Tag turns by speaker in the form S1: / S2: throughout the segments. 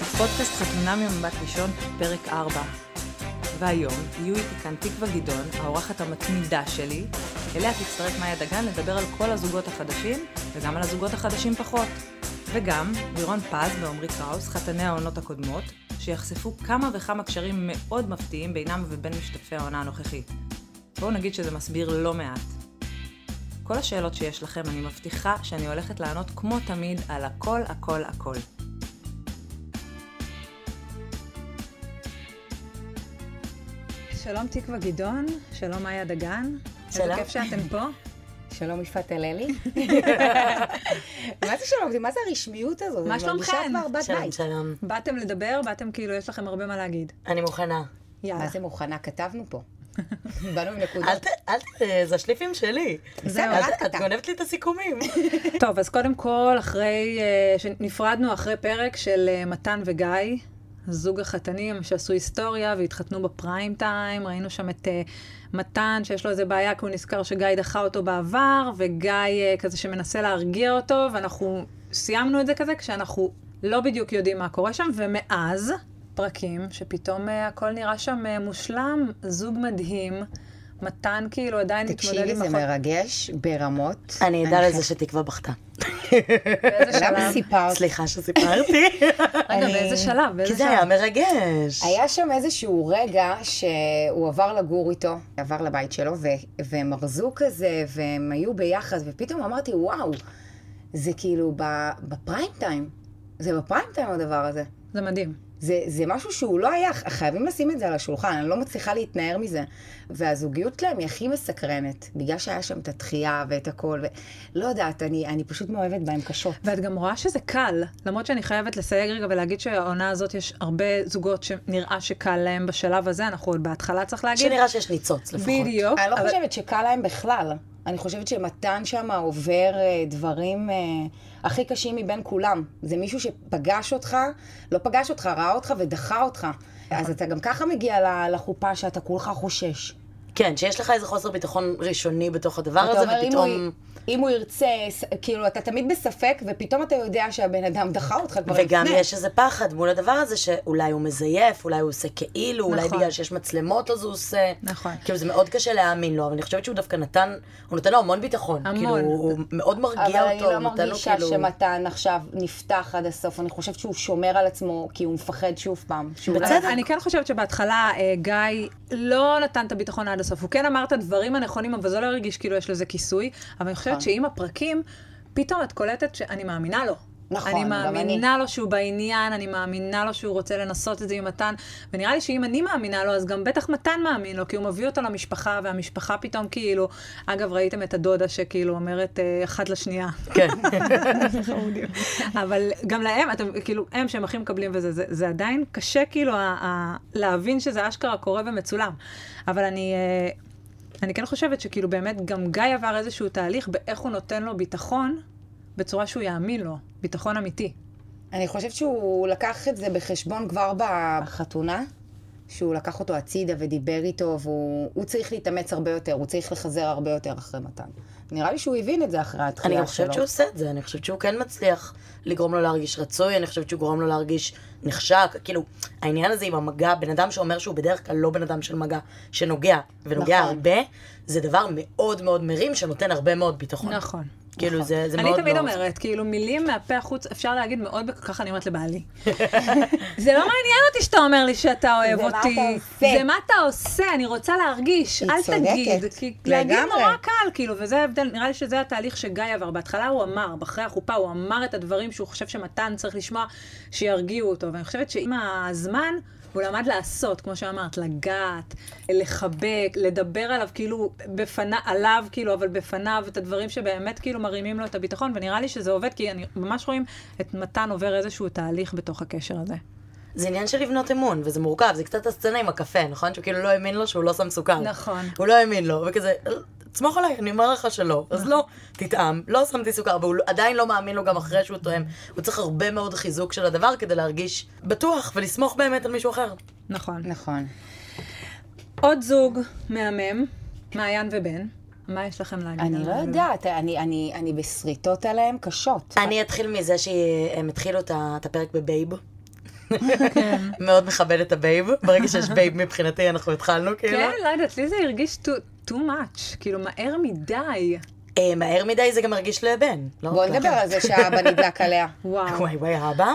S1: לפודקאסט חתונה ממבט ראשון, פרק 4. והיום יהיו איתי כאן תקווה גדעון, האורחת המתמידה שלי, אליה תצטרף מאיה דגן לדבר על כל הזוגות החדשים, וגם על הזוגות החדשים פחות. וגם לירון פז ועמרי קראוס, חתני העונות הקודמות, שיחשפו כמה וכמה קשרים מאוד מפתיעים בינם ובין משתתפי העונה הנוכחית. בואו נגיד שזה מסביר לא מעט. כל השאלות שיש לכם, אני מבטיחה שאני הולכת לענות כמו תמיד על הכל, הכל, הכל. שלום תקווה גדעון, שלום מאיה דגן.
S2: שלום.
S1: איזה כיף שאתם פה.
S2: שלום יפעת הללי. מה זה שלום? זה- מה זה הרשמיות הזאת?
S1: מה
S2: אני מרגישה
S1: שלומכן?
S2: כבר בת
S3: שלום,
S2: בית.
S3: שלום.
S1: באתם לדבר, באתם כאילו, יש לכם הרבה מה להגיד.
S3: אני מוכנה.
S1: יאללה.
S2: מה זה מוכנה? כתבנו פה. באנו עם נקודות.
S3: אל ת... אל ת... אה, זה השליפים שלי.
S2: בסדר,
S3: את-
S2: את
S3: את
S2: כתבת.
S3: גונבת לי את הסיכומים.
S1: טוב, אז קודם כל, אחרי, אה, שנפרדנו אחרי פרק של אה, מתן וגיא, זוג החתנים שעשו היסטוריה והתחתנו בפריים טיים, ראינו שם את אה, מתן שיש לו איזה בעיה כי הוא נזכר שגיא דחה אותו בעבר, וגיא אה, כזה שמנסה להרגיע אותו, ואנחנו סיימנו את זה כזה כשאנחנו לא בדיוק יודעים מה קורה שם, ומאז פרקים שפתאום אה, הכל נראה שם אה, מושלם, זוג מדהים. מתן כאילו עדיין מתמודד
S2: תקשיבי,
S1: עם
S2: זה
S1: החוק.
S2: מרגש ברמות.
S3: אני עדה לזה
S2: חושבת-
S3: שתקווה בכתה.
S1: אוקיי. באיזה
S2: למה אה,
S1: שלב?
S2: סיפרת?
S3: סליחה שסיפרתי.
S1: רגע,
S2: אני-
S1: באיזה שלב? באיזה
S3: כי
S1: שלב?
S3: זה היה מרגש.
S2: היה שם איזשהו רגע שהוא עבר לגור איתו, עבר לבית שלו, ו- והם ארזו כזה, והם היו ביחד, ופתאום אמרתי, וואו, זה כאילו ב- בפריים טיים. זה בפריים טיים הדבר הזה.
S1: זה מדהים.
S2: זה, זה משהו שהוא לא היה, חייבים לשים את זה על השולחן, אני לא מצליחה להתנער מזה. והזוגיות שלהם היא הכי מסקרנת, בגלל שהיה שם את התחייה ואת הכל, ו... לא יודעת, אני, אני פשוט מאוהבת בהם קשות.
S1: ואת גם רואה שזה קל, למרות שאני חייבת לסייג רגע ולהגיד שהעונה הזאת יש הרבה זוגות שנראה שקל להם בשלב הזה, אנחנו עוד בהתחלה צריך להגיד.
S3: שנראה שיש ניצוץ לפחות.
S1: בדיוק.
S2: אני לא
S1: אבל-
S2: חושבת שקל להם בכלל. אני חושבת שמתן שם עובר אה, דברים אה, הכי קשים מבין כולם. זה מישהו שפגש אותך, לא פגש אותך, ראה אותך ודחה אותך. אז אתה גם ככה מגיע ל- לחופה שאתה כולך חושש.
S3: כן, שיש לך איזה חוסר ביטחון ראשוני בתוך הדבר
S2: אתה
S3: הזה,
S2: אומר, אם הוא,
S3: ופתאום...
S2: אם הוא ירצה, ס- כאילו, אתה תמיד בספק, ופתאום אתה יודע שהבן אדם דחה אותך כבר
S3: וגם
S2: לפני.
S3: יש איזה פחד מול הדבר הזה, שאולי הוא מזייף, אולי הוא עושה כאילו, אולי
S1: נכון.
S3: בגלל שיש מצלמות אז הוא עושה.
S1: נכון.
S3: כאילו, זה מאוד קשה להאמין לו, אבל אני חושבת שהוא דווקא נתן, הוא נותן לו המון ביטחון.
S1: המון.
S3: כאילו, הוא מאוד
S2: אבל
S3: מרגיע
S2: אני
S3: אותו,
S2: לא
S3: הוא נותן לו
S2: מרגישה
S3: כאילו...
S2: שמתן עכשיו נפתח עד הסוף, אני חושבת שהוא שומר על עצמו, כי הוא מפחד שוב פעם. שהוא-
S3: בצדק.
S1: אני כן חושבת שבהתחלה אה, גיא לא נתן את הביטחון עד הסוף. הוא כן אמר את הדברים הנכונים, אבל זה לא הרגיש כאילו יש לזה כיסוי. אבל אני חושבת
S2: נכון.
S1: שעם הפרקים, פתאום את קולטת שאני מאמינה לו.
S2: נכון,
S1: אני
S2: גם
S1: מאמינה לו שהוא בעניין, אני מאמינה לו שהוא רוצה לנסות את זה עם מתן, ונראה לי שאם אני מאמינה לו, אז גם בטח מתן מאמין לו, כי הוא מביא אותו למשפחה, והמשפחה פתאום כאילו, אגב, ראיתם את הדודה שכאילו אומרת אה, אחת לשנייה,
S3: כן.
S1: אבל גם להם, אתם, כאילו, הם שהם הכי מקבלים וזה, זה, זה עדיין קשה כאילו ה, ה, להבין שזה אשכרה קורה ומצולם. אבל אני, אה, אני כן חושבת שכאילו באמת גם גיא עבר איזשהו תהליך באיך הוא נותן לו ביטחון, בצורה שהוא יאמין לו, ביטחון אמיתי.
S2: אני חושבת שהוא לקח את זה בחשבון כבר בחתונה, שהוא לקח אותו הצידה ודיבר איתו, והוא הוא צריך להתאמץ הרבה יותר, הוא צריך לחזר הרבה יותר אחרי מתן. נראה לי שהוא הבין את זה אחרי התחילה
S3: אני
S2: שלו.
S3: גם חושבת שהוא עושה את זה, אני חושבת שהוא כן מצליח לגרום לו להרגיש רצוי, אני חושבת שהוא גורם לו להרגיש נחשק, כאילו, העניין הזה עם המגע, בן אדם שאומר שהוא בדרך כלל לא בן אדם של מגע, שנוגע, ונוגע
S2: נכון.
S3: הרבה, זה דבר מאוד מאוד מרים, שנותן הרבה מאוד ביטחון.
S1: נכון.
S3: כאילו, זה זה
S1: אני
S3: מאוד
S1: תמיד
S3: מאוד...
S1: אומרת, כאילו מילים מהפה החוץ אפשר להגיד מאוד, בק- ככה אני אומרת לבעלי. זה לא מעניין אותי שאתה אומר לי שאתה אוהב
S2: זה מה
S1: אותי.
S2: אתה עושה.
S1: זה מה אתה עושה, אני רוצה להרגיש,
S2: היא
S1: אל
S2: צודקת.
S1: תגיד. כי להגיד
S2: לגמרי.
S1: נורא קל, כאילו, וזה ההבדל, נראה לי שזה התהליך שגיא עבר. בהתחלה הוא אמר, אחרי החופה הוא אמר את הדברים שהוא חושב שמתן צריך לשמוע, שירגיעו אותו. ואני חושבת שעם הזמן... הוא למד לעשות, כמו שאמרת, לגעת, לחבק, לדבר עליו, כאילו, בפניו, עליו, כאילו, אבל בפניו, את הדברים שבאמת כאילו מרימים לו את הביטחון, ונראה לי שזה עובד, כי אני ממש רואים את מתן עובר איזשהו תהליך בתוך הקשר הזה.
S3: זה עניין של לבנות אמון, וזה מורכב, זה קצת הסצנה עם הקפה, נכון? שהוא כאילו לא האמין לו שהוא לא שם סוכר.
S1: נכון.
S3: הוא לא האמין לו, וכזה, תסמוך עליי, אני אומר לך שלא. אז לא, תטעם, לא שמתי סוכר, והוא עדיין לא מאמין לו גם אחרי שהוא טועם. הוא צריך הרבה מאוד חיזוק של הדבר כדי להרגיש בטוח ולסמוך באמת על מישהו אחר.
S1: נכון.
S2: נכון.
S1: עוד זוג מהמם, מעיין ובן. מה יש לכם להגיד?
S2: אני
S1: על
S2: לא
S1: זה?
S2: יודעת, אני, אני, אני בסריטות עליהם קשות.
S3: אני אתחיל מזה שהם התחילו את ה- את הפרק בבייב.
S2: כן.
S3: מאוד מכבד את הבייב. ברגע שיש בייב מבחינתי, אנחנו התחלנו, כאילו.
S1: כן, לא יודעת, לי זה הרגיש too- too much, כאילו מהר מדי.
S3: אה, מהר מדי זה גם מרגיש לבן. לא?
S2: בואו נדבר על זה שהאבא נדלק עליה.
S1: וואו.
S3: וואי וואי, האבא?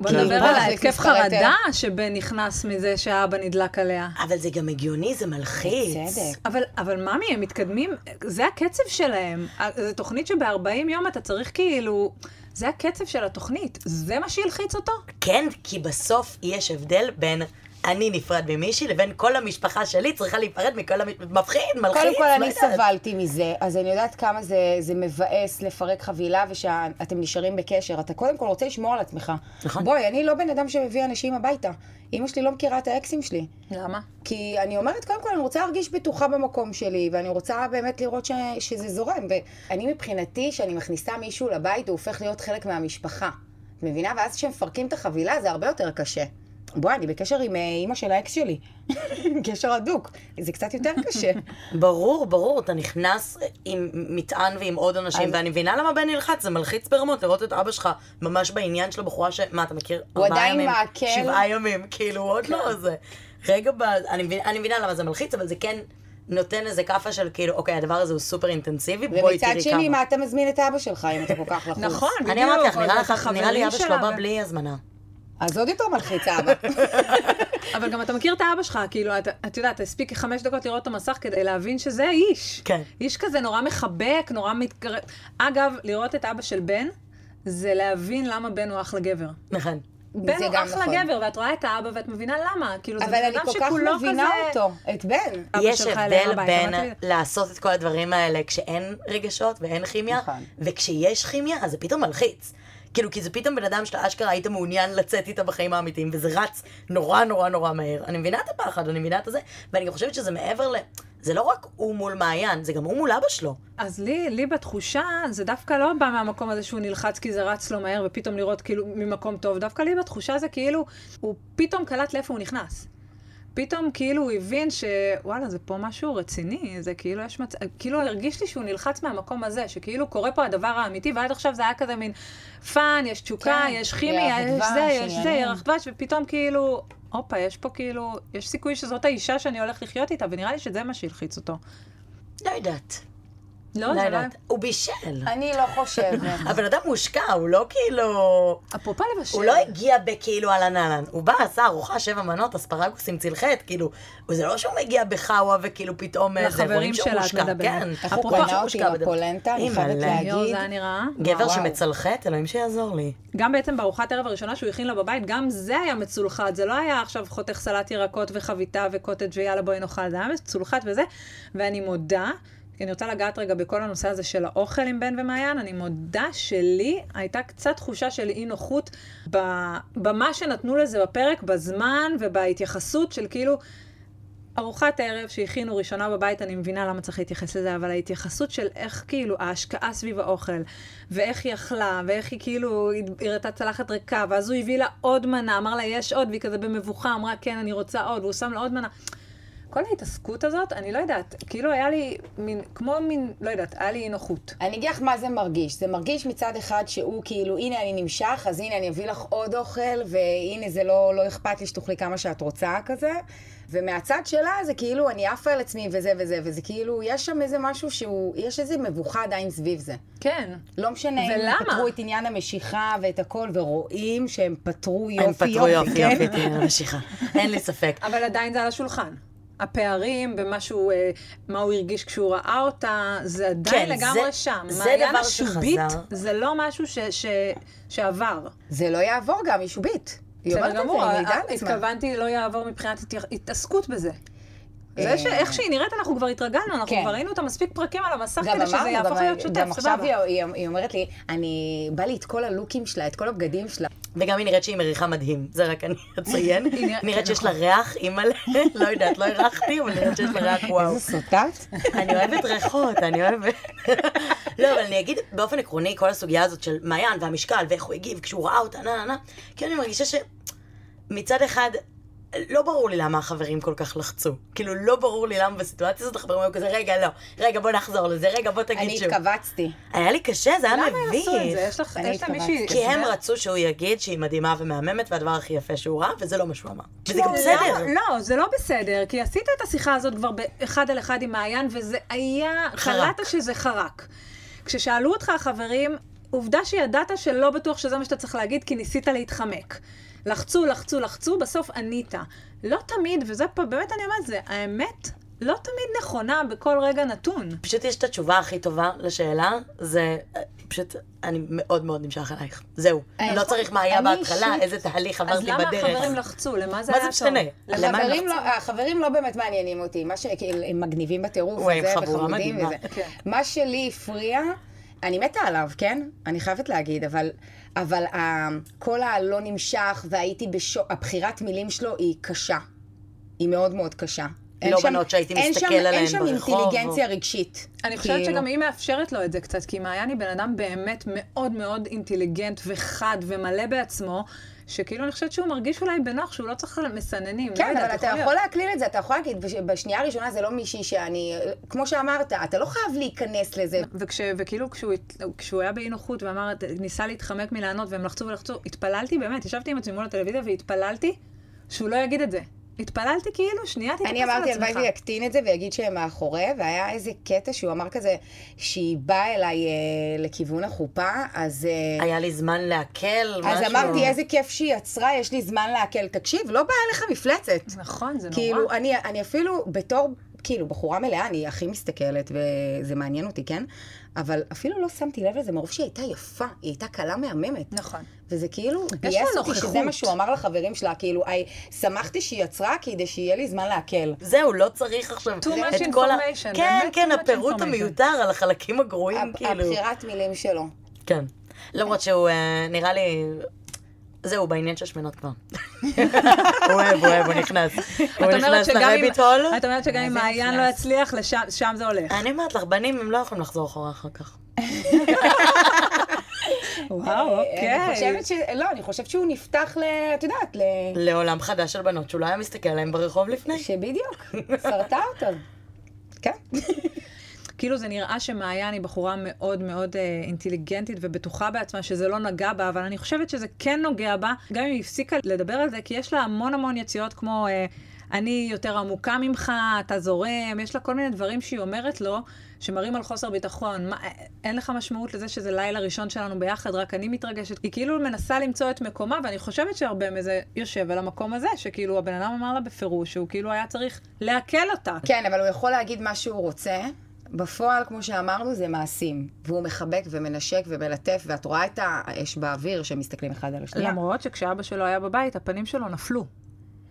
S1: בוא
S2: כאילו,
S1: נדבר
S2: בוא
S1: על
S2: נחזיק
S1: ההתקף
S2: מספר יותר.
S1: חרדה שבן נכנס מזה שהאבא נדלק עליה.
S3: אבל זה גם הגיוני, זה מלחיץ.
S2: בצדק.
S1: אבל, אבל ממי, הם מתקדמים, זה הקצב שלהם. זו תוכנית שב-40 יום אתה צריך כאילו... זה הקצב של התוכנית, זה מה שהלחיץ אותו?
S3: כן, כי בסוף יש הבדל בין אני נפרד ממישהי לבין כל המשפחה שלי צריכה להיפרד מכל המש... מפחיד, מלחיץ.
S2: קודם כל,
S3: לא
S2: אני
S3: יודעת.
S2: סבלתי מזה, אז אני יודעת כמה זה, זה מבאס לפרק חבילה ושאתם נשארים בקשר. אתה קודם כל רוצה לשמור על עצמך.
S3: נכון.
S2: בואי, אני לא בן אדם שמביא אנשים הביתה. אימא שלי לא מכירה את האקסים שלי.
S1: למה?
S2: כי אני אומרת, קודם כל, אני רוצה להרגיש בטוחה במקום שלי, ואני רוצה באמת לראות ש... שזה זורם. ואני מבחינתי, שאני מכניסה מישהו לבית, הוא הופך להיות חלק מהמשפחה. את מבינה? ואז כשמפרקים את החבילה, זה הרבה יותר קשה. בואי, אני בקשר עם אה, אימא של האקס שלי. קשר הדוק. זה קצת יותר קשה.
S3: ברור, ברור, אתה נכנס עם מטען ועם עוד אנשים,
S2: אז-
S3: ואני מבינה למה בן נלחץ, זה מלחיץ ברמות לראות את אבא שלך ממש בעניין של הבחורה ש... מה, אתה מכיר?
S2: הוא
S3: ארבעה
S2: עדיין
S3: ימים,
S2: מעכל. כן.
S3: שבעה ימים, כאילו, הוא עוד לא זה. רגע, ב... אני, מבינה, אני מבינה למה זה מלחיץ, אבל זה כן נותן איזה כאפה של כאילו, אוקיי, הדבר הזה הוא סופר אינטנסיבי, בואי
S2: ומצד
S3: תראי כמה.
S2: שני, מה אתה מזמין את אבא שלך, אם אתה כל כך לחוץ?
S1: נכון, בדיוק.
S3: אני אמרתי לך,
S1: אבל
S3: נראה
S1: זה
S3: לך, נראה
S1: החברים
S3: לי אבא שלו
S1: שלה,
S3: בא
S1: ו-
S3: בלי הזמנה.
S2: אז עוד יותר מלחיץ אבא.
S1: אבל גם אתה מכיר את האבא שלך, כאילו, את, את יודעת, הספיק חמש דקות לראות את המסך כדי להבין שזה איש.
S3: כן.
S1: איש כזה נורא מחבק, נורא מתקרב. אגב, לראות את אבא של בן, זה להבין למה בן הוא אחלה גבר.
S3: נכון.
S1: בן
S2: זה
S1: הוא
S2: גם
S1: אחלה
S2: נכון.
S1: גבר, ואת רואה את האבא ואת מבינה למה. כאילו, זה
S2: אבל
S1: בן
S2: אני
S1: אדם
S2: כל כך
S1: שכולו
S2: מבינה
S1: כזה...
S2: אותו, את בן.
S1: אבא
S3: יש
S1: שלך אליי
S3: הבדל
S1: הביתה,
S3: בין
S1: אמרתי לי-
S3: לעשות את כל הדברים האלה כשאין רגשות ואין כימיה,
S2: נכון.
S3: וכשיש כימיה, אז זה פתאום מלחיץ. כאילו, כי זה פתאום בן אדם שאתה אשכרה היית מעוניין לצאת איתה בחיים האמיתיים, וזה רץ נורא נורא נורא מהר. אני מבינה את הפחד, אני מבינה את הזה, ואני גם חושבת שזה מעבר ל... זה לא רק הוא מול מעיין, זה גם הוא מול אבא שלו.
S1: אז לי, לי בתחושה, זה דווקא לא בא מהמקום הזה שהוא נלחץ כי זה רץ לו מהר, ופתאום לראות כאילו ממקום טוב, דווקא לי בתחושה זה כאילו, הוא פתאום קלט לאיפה הוא נכנס. פתאום כאילו הוא הבין שוואלה, זה פה משהו רציני, זה כאילו יש מצב, כאילו הרגיש לי שהוא נלחץ מהמקום הזה, שכאילו קורה פה הדבר האמיתי, ועד עכשיו זה היה כזה מין פאן, יש תשוקה,
S2: כן,
S1: יש כימיה,
S2: ירח
S1: יש
S2: דבש,
S1: זה, יש זה,
S2: עניינים.
S1: ירח דבש, ופתאום כאילו, הופה, יש פה כאילו, יש סיכוי שזאת האישה שאני הולך לחיות איתה, ונראה לי שזה מה שהלחיץ אותו.
S3: לא יודעת.
S1: לא,
S3: לא
S1: זה לא...
S3: יודעת. הוא בישל.
S2: אני לא חושבת.
S3: הבן אדם מושקע, הוא לא כאילו...
S1: אפרופו לבשל.
S3: הוא לא הגיע בכאילו אהלן אהלן, הוא בא, עשה ארוחה, שבע מנות, אספרגוס עם צלחת, כאילו, זה לא שהוא מגיע בחאווה וכאילו פתאום אה, זה
S1: לחברים
S3: רואים שהוא
S1: שלה את
S3: מושקע,
S1: מדברת.
S3: כן.
S1: איך
S2: איך הוא
S1: אפרופו-
S2: קנה אותי
S3: מושקע
S2: עם
S3: בדבר.
S2: הפולנטה, אני חייבת
S3: אימא'לה.
S1: יואו,
S2: להגיד.
S1: זה היה נראה.
S3: גבר
S2: וואו.
S3: שמצלחת, אלוהים שיעזור לי.
S1: גם בעצם בארוחת ערב הראשונה שהוא הכין לה בבית, גם זה היה מצולחת. זה לא היה עכשיו חותך סלט ירקות וחביתה וקוטג' ויאללה בואי נאכל, זה היה מצולחת וזה. ואני מודה, אני רוצה לגעת רגע בכל הנושא הזה של האוכל עם בן ומעיין, אני מודה שלי הייתה קצת תחושה של אי נוחות ב- במה שנתנו לזה בפרק, בזמן ובהתייחסות של כאילו... ארוחת הערב שהכינו ראשונה בבית, אני מבינה למה צריך להתייחס לזה, אבל ההתייחסות של איך כאילו ההשקעה סביב האוכל, ואיך היא אכלה, ואיך היא כאילו הד- הראתה צלחת ריקה, ואז הוא הביא לה עוד מנה, אמר לה יש עוד, והיא כזה במבוכה, אמרה כן, אני רוצה עוד, והוא שם לה עוד מנה. כל ההתעסקות הזאת, אני לא יודעת, כאילו היה לי מין, כמו מין, לא יודעת, היה לי אי נוחות.
S2: אני אגיד לך מה זה מרגיש. זה מרגיש מצד אחד שהוא כאילו, הנה אני נמשך, אז הנה אני אביא לך עוד אוכל, והנה זה לא, לא אכפת לי שתאכלי כמה שאת רוצה כזה. ומהצד שלה זה כאילו, אני עפה על עצמי וזה וזה, וזה כאילו, יש שם איזה משהו שהוא, יש איזה מבוכה עדיין סביב זה.
S1: כן.
S2: לא משנה אם
S1: ולמה?
S2: הם פתרו את עניין המשיכה ואת הכל, ורואים שהם פתרו יופי
S3: הם
S2: יופי.
S3: פתרו יופי
S2: כן?
S3: יופי, תהיה משיכה. אין לי ספק.
S1: אבל עדיין זה על השולחן. הפערים במה שהוא, אה, מה הוא הרגיש כשהוא ראה אותה, זה עדיין
S3: כן,
S1: לגמרי
S3: זה-
S1: שם.
S3: זה
S1: מעיין
S3: דבר
S1: השובית,
S3: שחזר.
S1: זה לא משהו ש, ש, שעבר.
S2: זה לא יעבור גם, היא שובית. היא אומרת את
S1: בסדר
S2: זה, היא
S1: גמור,
S2: מעידה על
S1: אה,
S2: עצמה.
S1: התכוונתי לא יעבור מבחינת התייח- התעסקות בזה.
S2: אה,
S1: זה שאיך שהיא נראית, אנחנו כבר התרגלנו, אנחנו
S2: כן.
S1: כבר ראינו אותה מספיק פרקים על המסך
S2: גם
S1: כדי שזה
S2: אמרנו,
S1: יהפוך
S2: גם-
S1: להיות שוטף,
S2: גם עכשיו
S1: סבבה.
S2: היא- היא היא אומרת לי, אני, בא לי את כל הלוקים שלה, את כל הבגדים שלה.
S3: וגם היא נראית שהיא מריחה מדהים, זה רק אני אציין.
S1: נראית-
S3: נראית
S1: כן,
S3: שיש לה ריח, אימא'לה, לא יודעת, לא הרחתי, אבל נראית שיש לה ריח וואו.
S2: סוטט?
S3: אני אוהבת ריחות, אני אוהבת... לא, אבל אני אגיד, באופן עקרוני, כל הסוגיה הזאת של מעיין והמשקל ואיך הוא הגיב כשהוא ראה אותה, נה נה נה, כאילו אני מרגישה שמצד אחד, לא ברור לי למה החברים כל כך לחצו. כאילו, לא ברור לי למה בסיטואציה הזאת החברים היו כזה, רגע, לא, רגע, בוא נחזור לזה, רגע, בוא תגיד
S2: אני
S3: שוב.
S2: התכווצתי.
S3: היה לי קשה, זה היה
S1: למה
S3: מביך.
S1: הם עשו את זה? יש לך
S2: אני
S1: יש לה מישהי...
S2: התכווצתי.
S3: כי הם רצו שהוא יגיד שהיא מדהימה ומהממת, והדבר הכי יפה שהוא ראה, וזה לא מה שהוא אמר. וזה גם
S1: לא,
S3: בסדר.
S1: לא, זה לא בסדר, כי עשית את השיחה הזאת כבר באחד על אחד עם מעיין, וזה היה...
S3: חרק.
S1: קלטת שזה חרק. כששאלו אותך החברים, עובדה שידעת שלא בטוח שזה מה שאתה צריך להגיד, כי ניסית להתחמק. לחצו, לחצו, לחצו, בסוף ענית. לא תמיד, וזה פה, באמת אני אומרת, זה האמת לא תמיד נכונה בכל רגע נתון.
S3: פשוט יש את התשובה הכי טובה לשאלה, זה אה, פשוט, אני מאוד מאוד נמשך אלייך. זהו.
S2: אה,
S3: לא
S2: נכון.
S3: צריך מה היה
S2: אני
S3: בהתחלה,
S2: אישית-
S3: איזה תהליך
S1: אז
S3: עברתי
S1: למה
S3: בדרך.
S1: החברים לא- לחצו? למה זה
S3: מה
S1: היה
S3: זה משנה?
S1: טוב?
S3: למה הם
S2: החברים לא, החברים לא באמת מעניינים אותי, מה שכאילו, הם מגניבים בטירוף,
S3: וואי, הם
S2: וזה,
S3: חבורה
S2: וחמודים
S3: מדהימה.
S2: וזה.
S1: כן.
S2: מה שלי הפריע, אני מתה עליו, כן? אני חייבת להגיד, אבל, אבל ה, כל הלא נמשך, והייתי בשוק, הבחירת מילים שלו היא קשה. היא מאוד מאוד קשה. אין
S3: לא
S2: שם-
S3: בנות שהייתי
S2: אין
S3: מסתכל
S2: שם-
S3: עליהן
S2: אין שם
S3: ברחוב,
S2: אינטליגנציה רגשית.
S1: אני חושבת
S2: כאילו.
S1: שגם היא מאפשרת לו את זה קצת, כי מעיין היא בן אדם באמת מאוד מאוד אינטליגנט וחד ומלא בעצמו, שכאילו אני חושבת שהוא מרגיש אולי בנוח שהוא לא צריך מסננים. לא
S2: כן,
S1: יודעת,
S2: אבל אתה
S1: להיות.
S2: יכול להקליל את זה, אתה יכול להגיד, בש- בשנייה הראשונה זה לא מישהי שאני, כמו שאמרת, אתה לא חייב להיכנס לזה.
S1: וכש, וכאילו כשהוא, הת- כשהוא היה באי נוחות ואמר, ניסה להתחמק מלענות והם לחצו ולחצו, התפללתי באמת, ישבתי עם עצמי מול הטלוויזיה והתפללתי שהוא לא יגיד את זה. התפללתי כאילו, שנייה תתפס על
S2: אני
S1: עצמך.
S2: אמרתי, הלוואי ויקטין את זה ויגיד שהם מאחורי, והיה איזה קטע שהוא אמר כזה, שהיא באה אליי אה, לכיוון החופה, אז... אה,
S3: היה לי זמן לעכל, משהו.
S2: אז אמרתי, איזה כיף שהיא יצרה, יש לי זמן לעכל. תקשיב, לא באה לך מפלצת.
S1: נכון, זה נורא.
S2: כאילו, אני, אני אפילו בתור, כאילו, בחורה מלאה, אני הכי מסתכלת, וזה מעניין אותי, כן? אבל אפילו לא שמתי לב לזה, מרוב שהיא הייתה יפה, היא הייתה קלה מהממת.
S1: נכון.
S2: וזה כאילו
S1: לה
S2: ביאס אותי
S1: נוכחות.
S2: שזה מה שהוא אמר לחברים שלה, כאילו, "היי, שמחתי שהיא יצרה כדי שיהיה לי זמן לעכל.
S3: זהו, לא צריך עכשיו
S1: Too much
S3: את כל ה...
S1: information,
S3: כן,
S1: באמת
S3: כן,
S1: too much
S3: הפירוט
S1: information.
S3: המיותר על החלקים הגרועים,
S2: הבחירת
S3: כאילו.
S2: מילים שלו.
S3: כן. למרות שהוא אה, נראה לי... זהו, בעניין של שמנות כבר. הוא אוהב, הוא אוהב, הוא נכנס. הוא
S1: את אומרת
S3: נכנס
S1: שגם אם-
S3: לרביט הול.
S1: את אומרת שגם
S2: אה,
S1: אם מעיין לא יצליח, לשם שם זה הולך.
S3: אני אומרת לך, בנים הם לא יכולים לחזור אחורה אחר כך.
S1: וואו, אוקיי.
S2: אה, אני חושבת ש... לא, אני חושבת שהוא נפתח ל... את יודעת, ל...
S3: לעולם חדש של בנות שהוא לא היה מסתכל עליהם ברחוב לפני.
S2: שבדיוק, סרטה אותו. כן.
S1: כאילו זה נראה שמעיין היא בחורה מאוד מאוד אה, אינטליגנטית ובטוחה בעצמה, שזה לא נגע בה, אבל אני חושבת שזה כן נוגע בה, גם אם היא הפסיקה לדבר על זה, כי יש לה המון המון יציאות כמו... אה, אני יותר עמוקה ממך, אתה זורם, יש לה כל מיני דברים שהיא אומרת לו, שמראים על חוסר ביטחון. מה, אה, אין לך משמעות לזה שזה לילה ראשון שלנו ביחד, רק אני מתרגשת. היא כאילו מנסה למצוא את מקומה, ואני חושבת שהרבה מזה יושב על המקום הזה, שכאילו הבן אדם אמר לה בפירוש, שהוא כאילו היה צריך לעכל אותה.
S2: כן, אבל הוא יכול להגיד מה שהוא רוצה. בפועל, כמו שאמרנו, זה מעשים. והוא מחבק ומנשק ומלטף, ואת רואה את האש באוויר שמסתכלים אחד על השנייה.
S1: למרות שכשאבא שלו היה בבית, הפנים שלו נפלו.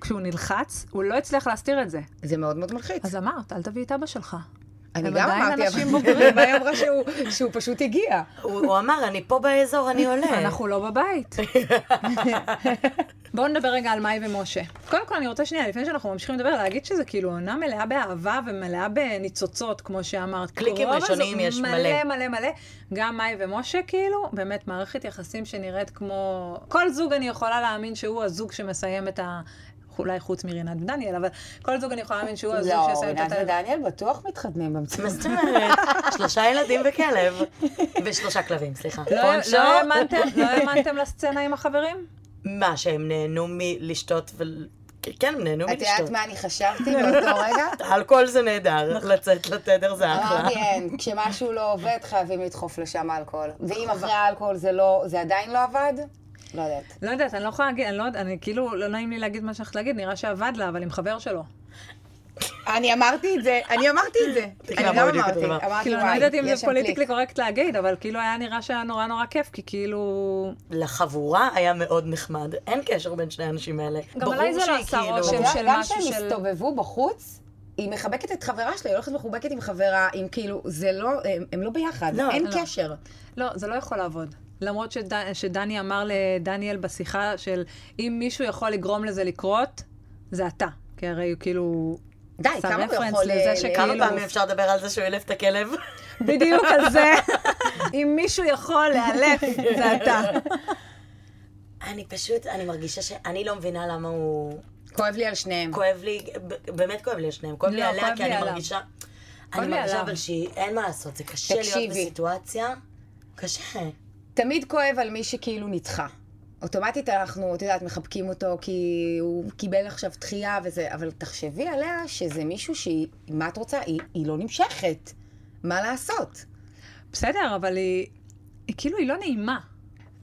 S1: כשהוא נלחץ, הוא לא הצליח להסתיר את זה.
S2: זה מאוד מאוד מלחיץ.
S1: אז אמרת, אל תביא את אבא שלך.
S2: אני
S1: הם
S2: גם
S1: עדיין
S2: אמרתי,
S1: אנשים
S2: אבל מה היא אמרה שהוא- שהוא פשוט הגיע.
S3: הוא הוא אמר, אני פה באזור, אני עולה.
S1: אנחנו לא בבית. בואו נדבר רגע על מאי ומשה. קודם כל, אני רוצה שנייה, לפני שאנחנו ממשיכים לדבר, להגיד שזה כאילו עונה מלאה באהבה ומלאה בניצוצות, כמו שאמרת.
S3: קליקים
S1: רוב הזו-
S3: ראשוניים יש
S1: מלא
S3: מלא.
S1: מלא מלא. גם מאי ומשה, כאילו, באמת מערכת יחסים שנראית כמו... כל זוג אני יכולה להאמין שהוא הזוג שמסיים את ה... אולי חוץ מרינת ודניאל, אבל כל זוג אני יכולה להאמין שהוא הזוג
S2: לא,
S1: שיסיים את
S2: עינת
S1: התל-
S2: ודניאל בטוח מתחתנים
S3: מה
S2: במציאות.
S3: זאת אומרת? שלושה ילדים וכלב. ושלושה כלבים, סליחה.
S1: לא-
S3: פונצ'ו.
S1: לא האמנתם- לא האמנתם לסצנה עם החברים?
S3: מה, שהם נהנו מלשתות ול... כן, הם נהנו
S2: את יודעת
S3: מלשתות.
S2: מה אני חשבתי באותו רגע?
S3: אלכוהול זה נהדר,
S1: נכון.
S3: לצאת לתדר זה
S1: אה,
S3: אחלה.
S2: אמרתי,
S1: אוקיי.
S2: אין, כשמשהו לא עובד חייבים לדחוף לשם אלכוהול. ואם אחרי האלכוהול זה לא, זה עדיין לא עבד? לא יודעת.
S1: לא יודעת, אני לא יכולה להגיד, אני לא יודעת, אני כאילו, לא נעים לי להגיד מה שהולכת להגיד, נראה שעבד לה, אבל עם חבר שלו.
S2: אני אמרתי את זה, אני אמרתי את זה.
S3: תקרא,
S2: אני
S3: מה
S2: גם
S3: בדיוק את
S2: אמרתי,
S3: הדבר?
S2: אמרתי,
S1: כאילו, אני לא
S2: וואי,
S1: יודעת אם
S2: יש
S1: זה
S2: שם
S1: פוליטיקלי
S2: קליק.
S1: קורקט להגיד, אבל כאילו היה נראה שהיה נורא נורא כיף, כי כאילו...
S3: לחבורה היה מאוד נחמד, אין קשר בין שני האנשים האלה. כאילו,
S1: גם עליי זה לא עשה רושם.
S2: גם-
S1: של
S2: גם
S1: משהו
S2: כשהם
S1: של-
S2: הסתובבו בחוץ, היא מחבקת את חברה שלה, היא הולכת מחובקת עם חברה, עם כאילו, זה לא, הם- הם לא ביחד,
S3: לא,
S2: אין
S1: לא.
S2: קשר.
S1: לא, זה לא יכול לעבוד. למרות שד... שדני אמר לדניאל בשיחה של, אם מישהו יכול לגרום לזה לקרות, זה אתה. כי הרי הוא כאילו...
S2: די,
S1: עשה
S2: כמה הוא
S1: רפרנס
S2: יכול... אה,
S1: לזה
S2: כאילו, ל-
S1: שכאילו-
S3: כמה פעמים אפשר לדבר על זה שהוא אילף את הכלב?
S1: בדיוק על זה. אם מישהו יכול לאלף, זה אתה.
S3: אני פשוט, אני מרגישה שאני לא מבינה למה הוא...
S2: כואב לי על שניהם.
S3: כואב לי, ב- באמת כואב לי על שניהם. כואב לי
S1: לא,
S3: עליה,
S1: כואב
S3: כי
S1: לי
S3: אני
S1: עליו.
S3: מרגישה...
S1: כואב
S3: אני
S1: לי
S3: מרגישה
S1: עליו.
S3: אבל שהיא, אין מה לעשות, זה קשה להיות
S2: תקשיבי.
S3: בסיטואציה. קשה.
S2: תמיד כואב על מי שכאילו נדחה. אוטומטית אנחנו, את יודעת, מחבקים אותו כי הוא קיבל עכשיו דחייה וזה, אבל תחשבי עליה שזה מישהו שהיא, מה את רוצה? היא, היא לא נמשכת. מה לעשות?
S1: בסדר, אבל היא, היא כאילו, היא לא נעימה.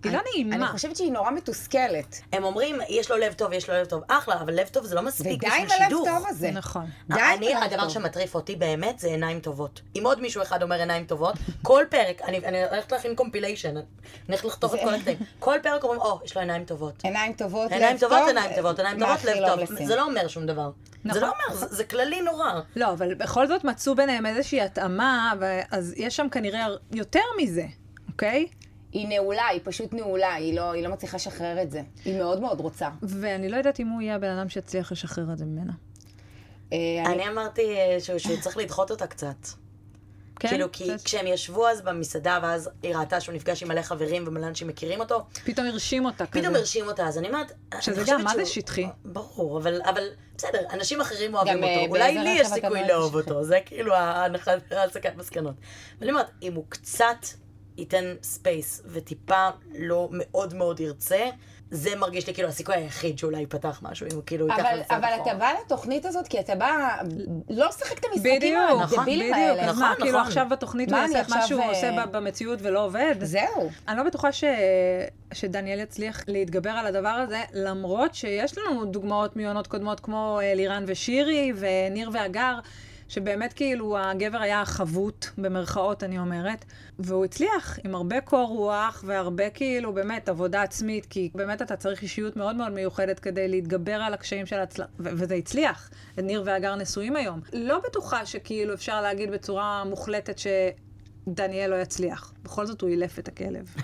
S1: היא לא
S2: אני- אני
S1: נעימה.
S2: חושבת שהיא נורא מתוסכלת.
S3: הם אומרים, יש לו לב טוב, יש לו לב טוב. אחלה, אבל לב טוב זה לא מספיק
S2: ודי
S3: בשביל
S2: עם
S3: שידוך.
S2: הלב טוב הזה.
S1: נכון.
S2: די עם
S3: אני,
S2: הלב
S3: הדבר
S2: טוב.
S3: שמטריף אותי באמת זה עיניים טובות. אם עוד מישהו אחד אומר עיניים טובות, כל פרק, אני אני הולכת להכין קומפיליישן, אני הולכת לחתוך את
S2: זה-
S3: כל הקטעים. כל פרק אומרים, או, יש לו עיניים טובות.
S2: עיניים טובות, אה,
S3: עיניים
S2: לב
S3: טובות,
S2: טוב,
S3: עיניים טובות, עיניים
S2: מה
S3: טובות,
S2: הכי
S3: לב
S2: לא
S3: טוב.
S2: לשים?
S3: זה לא אומר שום דבר. זה
S1: נכון.
S3: לא אומר, זה- זה כללי נורא.
S1: לא, אבל בכל זאת מצאו ביניהם איזושהי התאמה, ו- אז יש שם כנראה הר- יותר מזה, אוקיי?
S2: היא נעולה, היא פשוט נעולה, היא לא, היא לא מצליחה לשחרר את זה. היא מאוד מאוד רוצה.
S1: ואני לא יודעת אם הוא יהיה הבן אדם שיצליח לשחרר את זה ממנה.
S2: אה, אני-
S3: אני אמרתי אה, שהוא שהוא צריך לדחות אותה קצת.
S1: כן?
S3: כאילו, כי
S1: בסדר.
S3: כשהם ישבו אז במסעדה, ואז היא ראתה שהוא נפגש עם מלא חברים ומלא אנשים מכירים אותו,
S1: פתאום הרשים אותה כזה.
S3: פתאום הרשים אותה, אז אני אומרת... אני
S1: שזה
S3: חושבת
S1: גם, מה זה
S3: שהוא-
S1: שטחי?
S3: ברור, אבל, אבל בסדר, אנשים אחרים אוהבים
S2: אה,
S3: אותו. אולי
S2: באיזה
S3: לי
S2: רחב
S3: יש
S2: אתה
S3: סיכוי
S2: מאוד
S3: לאהוב
S2: שטחי.
S3: אותו, זה כאילו ההנחת הסקת מסקנות. ואני אומרת, אם הוא קצת ייתן ספייס וטיפה לא מאוד מאוד ירצה, זה מרגיש לי כאילו הסיכוי היחיד שאולי ייפתח משהו, אם הוא כאילו ייקח
S2: אבל,
S3: את זה
S2: אבל
S3: אחורה.
S2: אתה בא לתתוכנית הזאת כי אתה בא לא לשחק את המשחקים
S1: בדיוק,
S2: הדבילים
S1: בדיוק.
S2: האלה.
S1: אז מה,
S3: נכון,
S1: כאילו
S3: נכון.
S1: עכשיו בתוכנית הוא
S2: מה,
S1: יעשה
S2: אני
S1: את מה
S2: עכשיו,
S1: שהוא
S2: אה,
S1: עושה ב- במציאות ולא עובד?
S2: זהו.
S1: אני לא בטוחה ש... שדניאל יצליח להתגבר על הדבר הזה, למרות שיש לנו דוגמאות מעונות קודמות כמו אה, לירן ושירי וניר והגר, שבאמת כאילו הגבר היה החבוט, במרכאות אני אומרת, והוא הצליח עם הרבה קור רוח והרבה כאילו באמת עבודה עצמית, כי באמת אתה צריך אישיות מאוד מאוד מיוחדת כדי להתגבר על הקשיים של הצלחה, וזה הצליח. ניר והגר נשואים היום. לא בטוחה שכאילו אפשר להגיד בצורה מוחלטת ש... דניאל לא יצליח. בכל זאת הוא אילף את הכלב.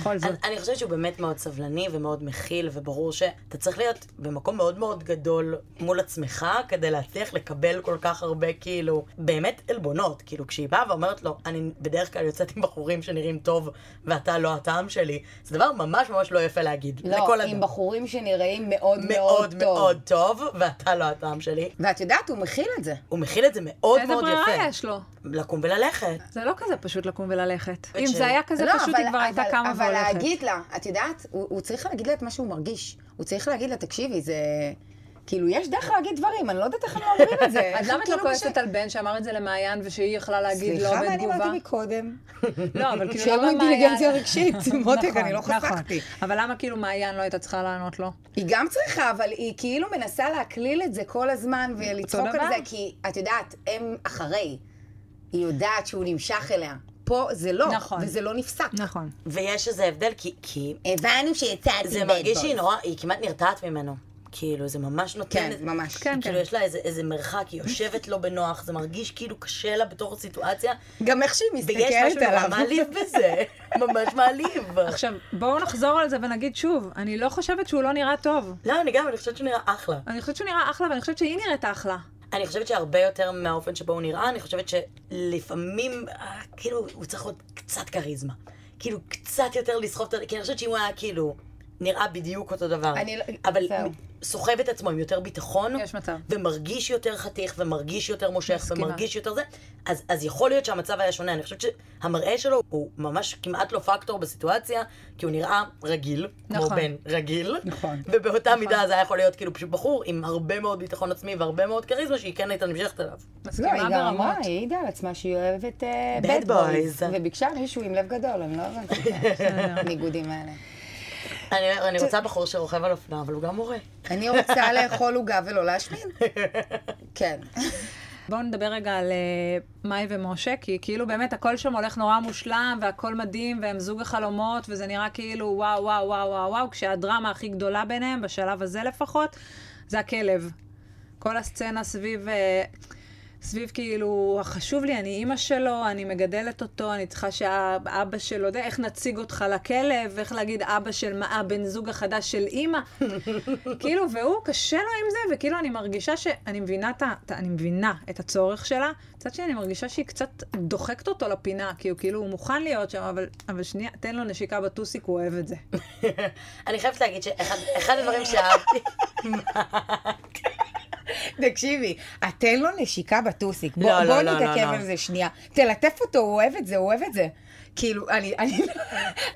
S1: בכל זאת.
S3: אני, אני חושבת שהוא באמת מאוד סבלני ומאוד מכיל, וברור שאתה צריך להיות במקום מאוד מאוד גדול מול עצמך, כדי להצליח לקבל כל כך הרבה, כאילו, באמת עלבונות. כאילו, כשהיא באה ואומרת לו, אני בדרך כלל יוצאת עם בחורים שנראים טוב, ואתה לא הטעם שלי, זה דבר ממש ממש לא יפה להגיד.
S2: לא,
S3: לכל
S2: עם
S3: אדם.
S2: בחורים שנראים מאוד מאוד
S3: מאוד
S2: טוב.
S3: מאוד טוב, ואתה לא הטעם שלי.
S2: ואת יודעת, הוא מכיל את זה.
S3: הוא מכיל את זה מאוד
S1: איזה
S3: מאוד
S1: ברירה
S3: יפה.
S1: יש לו?
S3: לקום וללכת.
S1: זה לא כזה פשוט לקום וללכת. אם
S3: שלי.
S1: זה היה כזה
S2: לא,
S1: פשוט,
S2: אבל-
S1: היא כבר הייתה
S2: אבל-
S1: קמה
S2: אבל
S1: והולכת.
S2: להגיד לה, את יודעת, הוא הוא צריך להגיד לה את מה שהוא מרגיש. הוא צריך להגיד לה, תקשיבי, זה... כאילו, יש דרך להגיד דברים, אני לא יודעת איך הם לא אומרים את זה.
S1: אז למה את לא
S2: כאילו
S1: כועסת
S2: קשה-
S1: על בן שאמר את זה למעיין ושהיא יכלה להגיד לא
S2: סליחה, מה אני
S1: בתגובה?
S2: אמרתי מקודם?
S1: לא, אבל כאילו
S2: שאין לו
S1: למה
S2: אינטליגנציה
S1: מעיין...
S2: רגשית, מותק, אני לא
S1: נכון, נכון.
S2: חסכתי.
S1: אבל למה כאילו מעיין לא הייתה צריכה לענות לו?
S2: היא גם צריכה, אבל היא כאילו מנסה להקליל את זה כל הזמן ולצחוק
S1: אותו
S2: על
S1: דבר.
S2: זה, כי את יודעת, הם אחרי. היא יודעת שהוא נמשך אליה. פה זה לא,
S1: נכון.
S2: וזה לא נפסק.
S1: נכון.
S3: ויש איזה הבדל, כי, כי
S2: הבנו שיצאתי
S3: זה
S2: bad
S3: מרגיש
S2: boy.
S3: שהיא נורא, היא כמעט נרתעת ממנו. כאילו, זה ממש נותן...
S2: כן, ממש.
S1: כן,
S3: כאילו, יש לה איזה, איזה מרחק, היא יושבת לא בנוח, זה מרגיש כאילו קשה לה בתוך הסיטואציה,
S2: גם איך שהיא
S3: ויש משהו
S2: מסתכלת
S3: נורא
S2: עליו.
S3: מעליב בזה, ממש מעליב.
S1: עכשיו, בואו נחזור על זה ונגיד שוב, אני לא חושבת שהוא לא נראה טוב.
S3: לא, אני גם, אני חושבת שהוא נראה אחלה.
S1: אני חושבת שהוא נראה אחלה, ואני חושבת שהיא נראית אחלה.
S2: לא,
S3: אני חושבת שהרבה יותר מהאופן שבו הוא נראה, אני חושבת שלפעמים, אה, כאילו, הוא צריך עוד קצת כריזמה. כאילו, קצת יותר לסחוב את ה... כי אני חושבת שאם הוא היה כאילו, נראה בדיוק אותו דבר,
S2: אני לא-
S3: אבל
S2: זהו.
S3: סוחב את עצמו עם יותר ביטחון,
S1: יש מצב.
S3: ומרגיש יותר חתיך, ומרגיש יותר מושך,
S1: מסכימה.
S3: ומרגיש יותר זה, אז, אז יכול להיות שהמצב היה שונה. אני חושבת שהמראה שלו הוא ממש כמעט לא פקטור בסיטואציה, כי הוא נראה רגיל, כמו
S1: נכון.
S3: בן רגיל,
S2: נכון.
S3: ובאותה מידה זה היה יכול להיות כאילו פשוט בחור עם הרבה מאוד ביטחון עצמי והרבה מאוד כריזמה שהיא כן הייתה נמשכת אליו.
S2: לא,
S1: מסכימה
S2: היא גם אמרה,
S1: ברמות.
S2: היא העידה על עצמה שהיא אוהבת אה,
S3: Bad
S2: bad boys.
S3: boys.
S2: וביקשה מישהו עם לב גדול, אני לא הבנתי את הניגודים האלה.
S3: אני, אני רוצה בחור שרוכב על אופנה, אבל הוא גם מורה.
S2: אני רוצה לאכול עוגה ולא להשמין. כן.
S1: בואו נדבר רגע על אה, מאי ומשה, כי כאילו באמת הכל שם הולך נורא מושלם, והכל מדהים, והם זוג החלומות, וזה נראה כאילו וואו, וואו, וואו, וואו, וואו, כשהדרמה הכי גדולה ביניהם, בשלב הזה לפחות, זה הכלב. כל הסצנה סביב... אה, סביב כאילו, חשוב לי, אני אימא שלו, אני מגדלת אותו, אני צריכה שאבא שלו, יודע, איך נציג אותך לכלב, איך להגיד אבא של מה, הבן זוג החדש של אימא. כאילו, והוא, קשה לו עם זה, וכאילו, אני מרגישה ש... אני מבינה את, ה- את, ה- אני מבינה את הצורך שלה, מצד שני, אני מרגישה שהיא קצת דוחקת אותו לפינה, כאילו, כאילו, הוא מוכן להיות שם, אבל, אבל שנייה, תן לו נשיקה בטוסיק, הוא אוהב את זה.
S3: אני חייבת להגיד שאחד אחד הדברים שאהבתי,
S2: תקשיבי, תן לו נשיקה בטוסיק.
S3: לא,
S2: בוא-
S3: לא,
S2: בוא
S3: לא,
S2: נתעכב
S3: לא, לא.
S2: על זה שנייה. תלטף אותו, הוא אוהב את זה, הוא אוהב את זה. כאילו, אני... אני-